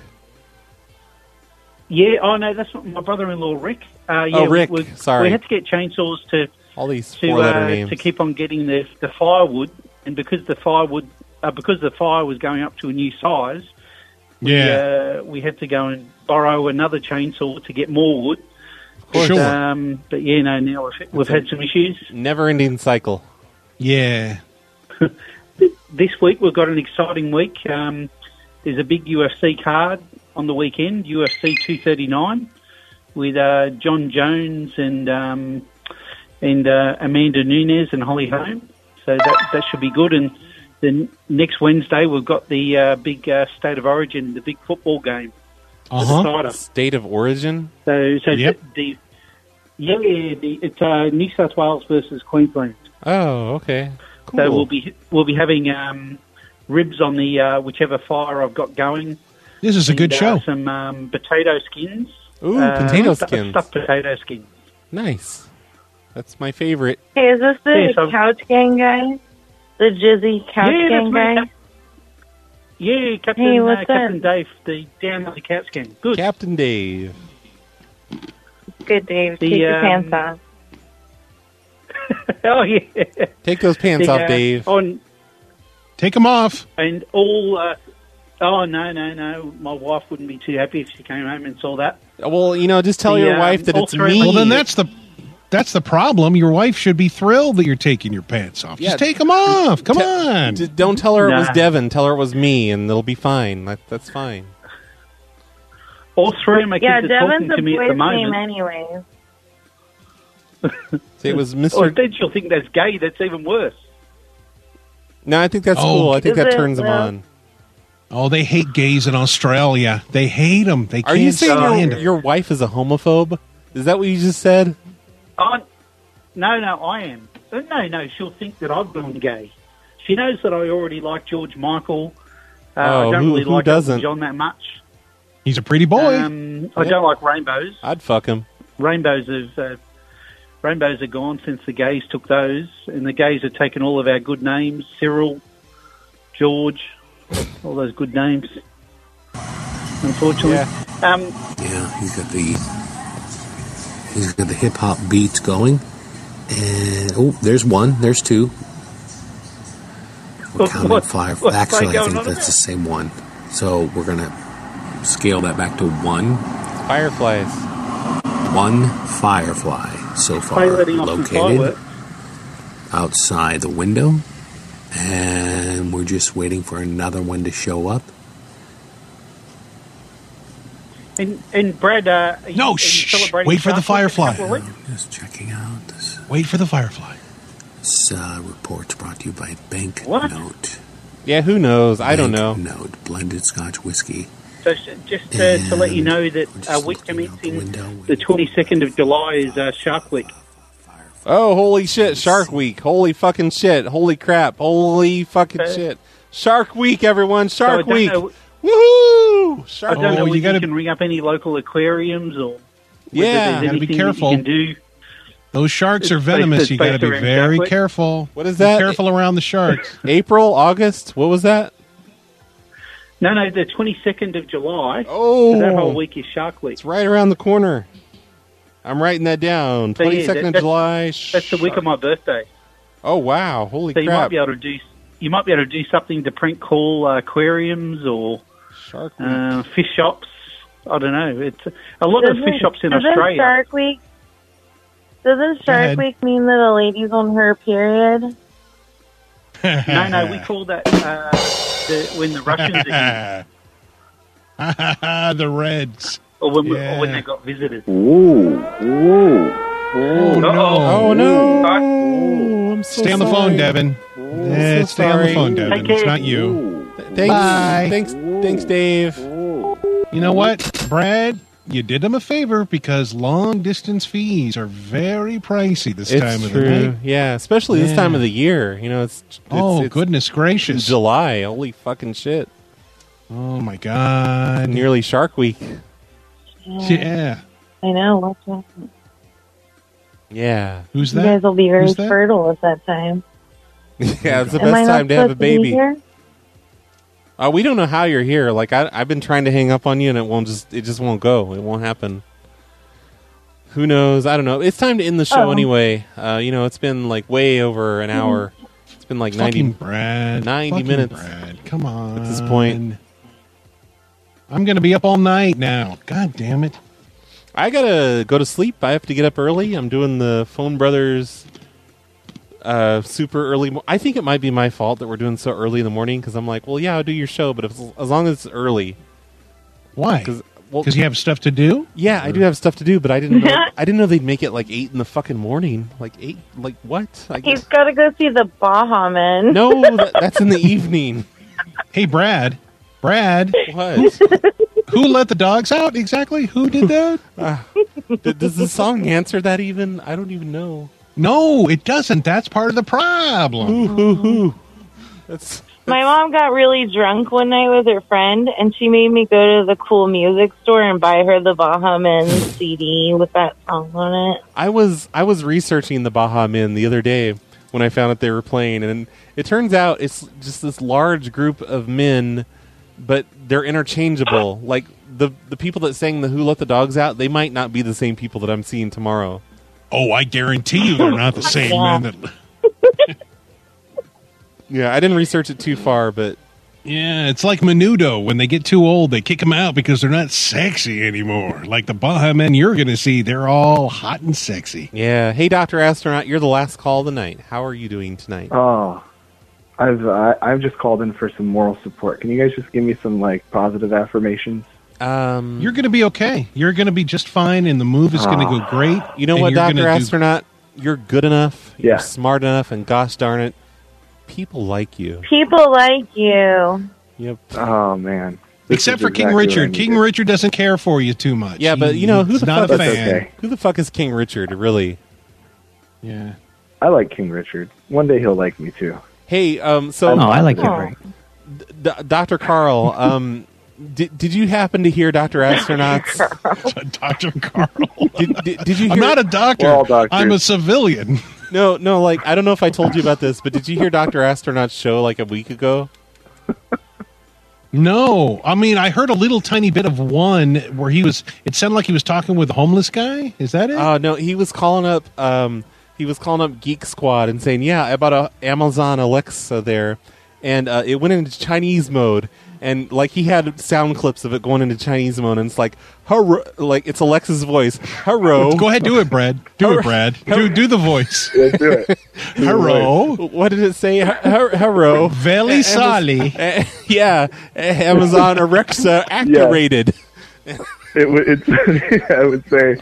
Yeah, oh no, that's what my brother-in-law Rick. Uh, yeah, Oh, Rick, We, we, sorry. we had to get chainsaws to all these to, four-letter uh, names. to keep on getting the the firewood, and because the firewood uh, because the fire was going up to a new size, we, uh, we had to go and borrow another chainsaw to get more wood. course. But, Um, but yeah, no, now we've, we've had some issues. Never-ending cycle. Yeah. This week we've got an exciting week. Um, there's a big UFC card on the weekend, UFC 239, with uh, John Jones and um, and uh, Amanda Nunes and Holly Holm. So that that should be good. And then next Wednesday we've got the uh, big uh, state of origin, the big football game. the Uh-huh. decider. State of origin. So so Uh-huh. Yep. the, the yeah, the, it's uh, New South Wales versus Queensland. Oh, okay. Cool. So we'll be we'll be having um, ribs on the uh, whichever fire I've got going. This is a And, good uh, show. Some um, potato skins. Ooh, potato stu- skins. Stuffed potato skins. Nice. That's my favorite. Hey, is this the Yes, I'm- couch gang guy? The jizzy couch Yeah, that's gang me, guy? Yeah, Captain Hey, uh, what's Captain Dave, the down on the cat skin. Good. Captain Dave. Good, Dave. The, Take your um, pants off. oh yeah. Take those pants The, off, uh, Dave. On Take them off. and all. Uh, oh no no no! My wife wouldn't be too happy if she came home and saw that. Well, you know, just tell The, your um, wife that all it's three of me. us- Well, then that's the that's the problem. Your wife should be thrilled that you're taking your pants off. Yeah. Just take them off. Come on. D- Don't tell her it was Nah. Devin. Tell her it was me, and it'll be fine. That, that's fine. All three of my yeah, kids are talking Devin's to a me at boy's the name, moment. anyways. It was Or Mr. then she'll Oh, think that's gay. That's even worse. No, I think that's Oh. cool. I think Is that it? turns them Well- on. Oh, they hate gays in Australia. They hate them. They Are can't you saying stand your, 'em. your wife is a homophobe? Is that what you just said? I, no, no, I am. Uh, No, no, she'll think that I've gone gay. She knows that I already like George Michael. Uh, Oh, I don't who- really who like Elton doesn't? John that much. He's a pretty boy. Um, I don't like rainbows. I'd fuck him. Rainbows have uh, rainbows are gone since the gays took those, and the gays have taken all of our good names: Cyril, George, all those good names. Unfortunately, um, Yeah, uh, he's got the he's got the hip hop beats going, and oh, there's one, there's two. We're What- counting what- five. what's Actually, I going think on that's the same one. So we're gonna scale that back to one. Fireflies. One firefly so far Fire letting off some located fireworks. outside the window, and we're just waiting for another one to show up. and and Brad, uh, are you- No, are you shh, celebrating wait for the Shark Week in a firefly. couple of weeks? Just checking out this. Wait for the firefly. This uh, report's brought to you by Bank Note. Yeah, who knows? I don't know. Bank Note blended Scotch whiskey. So s- just uh, to let you know that uh, week commencing the 22nd of July is uh, Shark Week. Oh, holy shit! Shark Week. Holy fucking shit! Holy crap! Holy fucking Uh, shit! Shark Week, everyone! So I Shark don't Week. know- Woohoo! I Shark don't know Oh, Week. Oh, if you, can ring up any local aquariums or whether Yeah. there's Gotta be anything that careful. you can do. Those sharks are It's based- venomous. it's You got to based be around very Jack- careful. What is that? Be careful around the sharks. April, August. What was that? No, no, the 22nd of July. Oh. So that whole week is Shark Week. It's right around the corner. I'm writing that down. So, yeah, Twenty second that- that's- of July. That's the week of my birthday. Oh wow! Holy so you might crap! be able to do you might be able to do something to prank call uh, aquariums or Shark Week. Uh, fish shops. I don't know. It's a lot of Doesn't- fish shops in doesn't Australia. Shark Week, doesn't ahead. Shark Week mean that a lady's on her period? no, no, we call that uh, the, when the Russians are the Reds. or when, we, or when they got visitors. Woo. Woo. Oh, no. Uh-oh. Oh, no. I'm so stay on the phone, sorry. Devin. Eh, so stay on the sorry. phone, Devin. Take It's care. not you. Thanks, thanks, thanks, Dave. You know what, Brad? You did them a favor because long distance fees are very pricey this it's time of true. the night. Yeah, especially this time Yeah. of the year. You know, it's, it's Oh, it's goodness gracious! July. Holy fucking shit! Oh my god! Nearly Shark Week. Yeah. I know. What's that? Yeah. Who's You guys will be very Who's that? fertile at that time. Oh, yeah, it's the Am I best not time to have a supposed be baby. here? Uh, we don't know how you're here. Like I, I've been trying to hang up on you, and it won't just it just won't go. It won't happen. Who knows? I don't know. It's time to end the show Oh. Mm-hmm. anyway. Uh, you know, it's been like way over an hour. It's been like Fucking ninety Brad. 90 Fucking minutes. Brad, come on. at this point. I'm going to be up all night now. God damn it. I gotta go to sleep. I have to get up early. I'm doing the Phone Brothers uh, super early. Mo- I think it might be my fault that we're doing so early in the morning because I'm like, well, yeah, I'll do your show, but if, as long as it's early. Why? Because well, because you have stuff to do. Yeah, I do have stuff to do, but I didn't. Know, I didn't know they'd make it like eight in the fucking morning. Like eight. Like what? I He's got to go see the Baha Men. No, that, that's in the evening. Hey, Brad. Brad. What? Who let the dogs out exactly? Who did that? Th- Ah, does the song answer that even? I don't even know. No, it doesn't. That's part of the problem. That's My mom got really drunk one night with her friend, and she made me go to the cool music store and buy her the Baha Men CD with that song on it. I was I was researching the Baja Men the other day when I found out they were playing, and it turns out it's just this large group of men, but they're Ah. interchangeable. Like the the people that sang the Who Let the Dogs Out, they might not be the same people that I'm seeing tomorrow. Oh, I guarantee you they're not the same Yeah. men that. Yeah, I didn't research it too far, but Yeah, it's like Menudo. When they get too old, they kick them out because they're not sexy anymore. Like the Baja men you're going to see, they're all hot and sexy. yeah. Hey, Doctor Astronaut, you're the last call of the night. How are you doing tonight? Oh, I've uh, I've just called in for some moral support. Can you guys just give me some like positive affirmations? Um, you're going to be okay. You're going to be just fine, and the move is going to go great. Ah. You know and what, you're gonna Doctor do- Astronaut, you're good enough. Yeah. You're smart enough, and gosh darn it, people like you. People like you. Yep. Oh man. Except for King Richard. King Richard doesn't care for you too much. Yeah, but you know who He's the not fuck a is fan. who the fuck is King Richard? Really? Yeah. I like King Richard. One day he'll like me too. Hey, um, so Oh, I like King Aw. D- Doctor Carl. Um, did did you happen to hear Doctor Astronaut's Doctor Carl? Did, did, did you? Hear, I'm not a doctor. We're all doctors. I'm a civilian. No, no. Like I don't know if I told you about this, but did you hear Doctor Astronaut's show like a week ago? No, I mean I heard a little tiny bit of one where he was. It sounded like he was talking with a homeless guy. Is that it? Oh no, he was calling up. Um, he was calling up Geek Squad and saying, "Yeah, I bought a Amazon Alexa there, and uh, it went into Chinese mode." And like he had sound clips of it going into Chinese mode, and it's like, "Hello," like it's Alexa's voice. Hello. Go ahead, do it, Brad. Do it, Brad. Do do the voice. do it. Hello. What did it say? Her- her- Hello. Veli Eh, Amaz- Sali. eh, yeah, eh, Amazon Alexa activated. It would it, I would say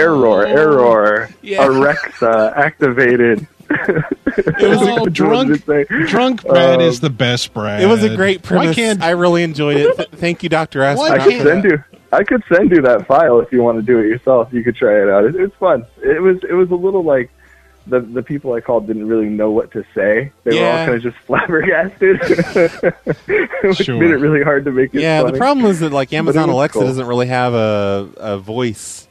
error error Oh. Yeah. Alexa activated. It was oh, drunk. Drunk Brad Um, is the best Brad. It was a great premise. Why can't I really enjoyed it. Th- thank you, Doctor Astronaut. I could send you. I could send you that file if you want to do it yourself. You could try it out. It, it's fun. It was it was a little like the the people I called didn't really know what to say. They were Yeah. all kind of just flabbergasted, which Sure. made it really hard to make it. Yeah, the funny. problem is that like But it Amazon was Alexa cool. doesn't really have a a voice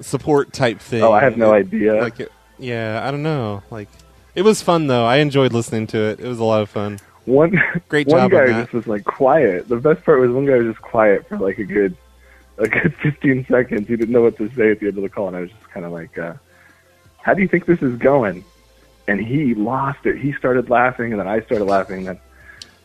support type thing. Oh, I have no idea. Like, it, yeah, I don't know. Like, it was fun though. I enjoyed listening to it. It was a lot of fun. One Great one job guy on that. just was like quiet. The best part was one guy was just quiet for like a good a good fifteen seconds. He didn't know what to say at the end of the call, and I was just kind of like, uh, "How do you think this is going?" And he lost it. He started laughing, and then I started laughing. And then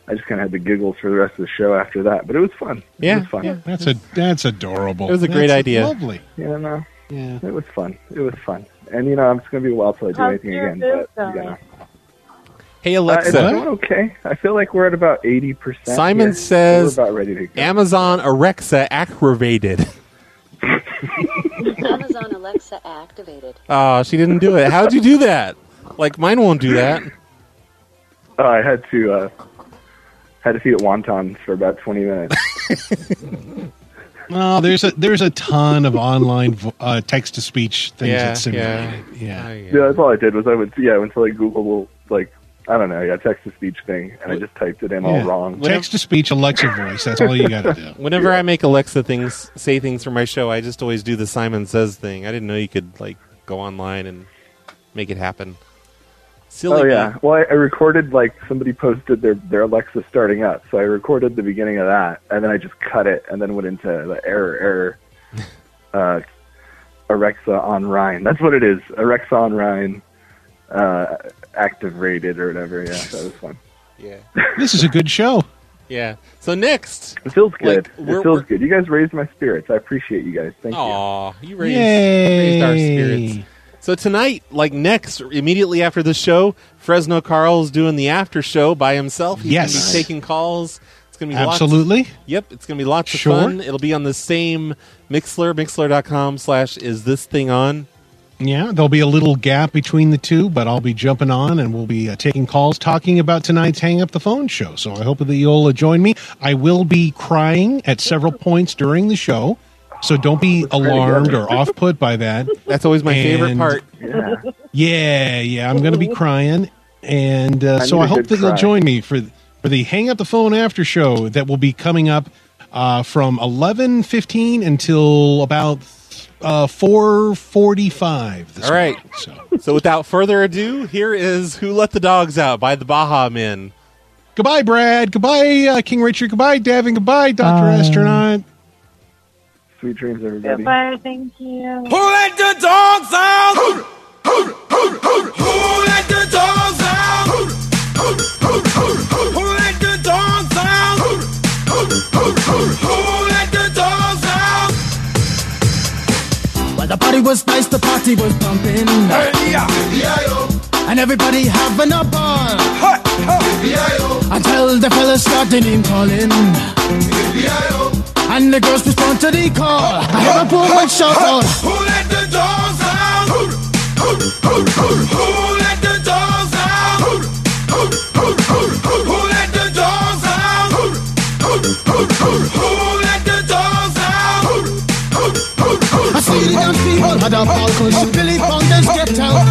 I just kind of had the giggles for the rest of the show after that. But it was fun. it Yeah, was fun. yeah. That's a that's adorable. It was a great That's idea. Lovely. Yeah, no. Yeah. It was fun. It was fun. And you know, I'm just gonna be a while till I do How's anything your again. food But you going? know. Hey Uh, it's Alexa, doing okay. I feel like we're at about eighty percent. Simon says we're about ready to go. Amazon Alexa activated. Amazon Alexa activated. Oh, she didn't do it. How'd you do that? Like mine won't do that. Oh, I had to uh, had to feed it wontons for about twenty minutes. No, there's a there's a ton of online vo- uh, text to speech things Yeah, that simulate it. Yeah. yeah. that's all I did was I would yeah until I Google like I don't know yeah text to speech thing and I just typed it in all wrong. Text to speech, Alexa voice. That's all you got to do. Whenever I make Alexa things say things for my show, I just always do the Simon Says thing. I didn't know you could like go online and make it happen. Silly oh me. yeah, well I, I recorded like somebody posted their their Alexa starting up, so I recorded the beginning of that and then I just cut it and then went into the error error. Uh, Alexa on Rhine. That's what it is. Alexa on Rhine, uh, active rated or whatever. Yeah, that was fun. Yeah. This is a good show. Yeah. So next, it feels like, good. we're- it feels good. You guys raised my spirits. I appreciate you guys. Thank Aw, you. you raised, raised our spirits. So tonight, like next, immediately after the show, Fresno Carl's doing the after show by himself. He's gonna Yes. be taking calls. It's It's gonna be Absolutely. Lots, yep, it's gonna be lots Sure. of fun. It'll be on the same Mixler, mixler.com slash is this thing on. Yeah, there'll be a little gap between the two, but I'll be jumping on and we'll be uh, taking calls talking about tonight's Hang Up the Phone show. So I hope that you'll uh, join me. I will be crying at several points during the show, so don't be alarmed or off put by that. That's always my favorite part. Yeah, yeah, I'm going to be crying, and uh, I so need I a hope good that you'll cry. join me for for the Hang Up the Phone after show that will be coming up uh, from 11:15 until about uh, 4:45. All right. So. without further ado, here is Who Let the Dogs Out by the Baja Men. Goodbye, Brad. Goodbye, uh, King Richard. Goodbye, Davin. Goodbye, Doctor Astronaut. Sweet dreams, everybody. Bye, thank you. Who let the dogs out? Who, who, who, who, who let the dogs out? Who, who, who, who, who, who let the dogs out? Who, who, who, who, who let the dogs out? Well, the party was nice, the party was pumping. And everybody having a ball. Until the fellas started name calling. oh. And the girls respond to the call. I have a poor one shout out. Who let the dogs out? Who, who, who, who, who let the dogs out? Who, who, who, who, who, who let the dogs out? Who, who, who, who, who let the dogs out? Who, who, who, who, I see the damn people Oh, had a ball cushion. Billy Fountains get out.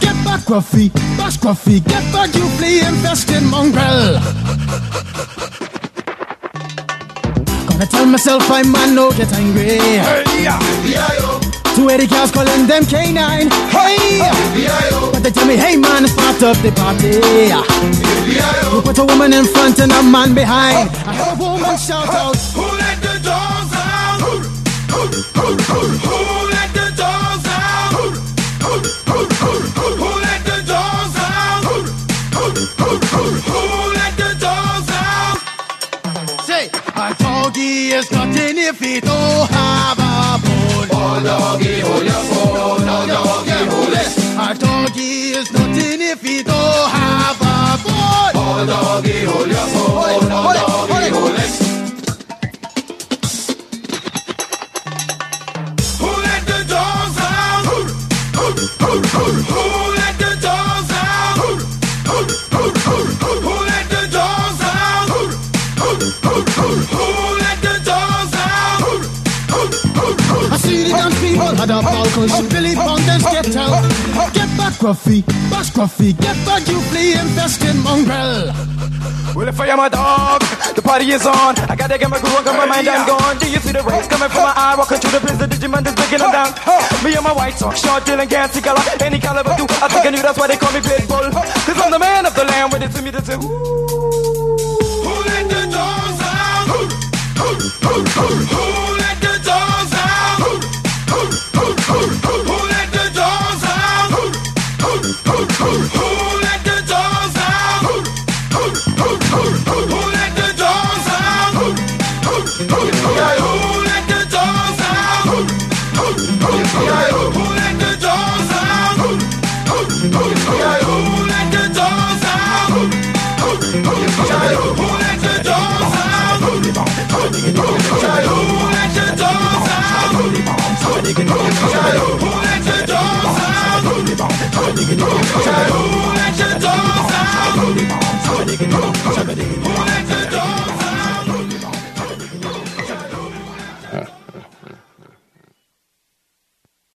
Get back, Gruffy. Bash, Gruffy. Get back, you flea infested mongrel. Gonna tell myself I man no get angry. Two eighty cows calling them canine. Hey, but they tell me, hey man, it's part of the party. You put a woman in front and a man behind. I heard a woman shout out. Who let the dogs out? Who, who, who, who, who let the dogs out? Who, who, who, who, who, who let the dogs out? Who, who, who, who, who let the dogs out? Say, a doggy is nothing if he don't have a bone. Oh, doggy, hold your bone. Oh, doggy, hold it. A doggy is nothing if he don't have a bone. Oh, doggy, hold your bone. Oh, doggy, hold it. Who let the dogs out? Who, who, who, who, who let the dogs out? Who, who, who, who, who, who let the dogs out? Who, who, who, who, who let the dogs out? Who, I see the damn people had a balcony. Oh, Billy Fountains, get out. Get back, Gruffy. Bash, Gruffy. Get back, you flea infested mongrel. Well, if I am a dog, the party is on. I gotta get my groove on, got my mind, I'm gone. Do you see the rays coming from my eye? Walking through the place, the Digimon is breaking them down. Me and my white sock, short, dealing, gancy color, any caliber, do. I think I knew that's why they call me Pitbull. Cause I'm the man of the land, when they see me, they say, ooh. who let the dogs out? Who, who, who, who, who let the dogs out? Who, who, who, who, who, who let the dogs out? Who, who, who, who, who let the dogs out? Who, who, who, who, who, who let the dogs out? Who, who, who, who, who let the dogs out? Who, who, who, who, who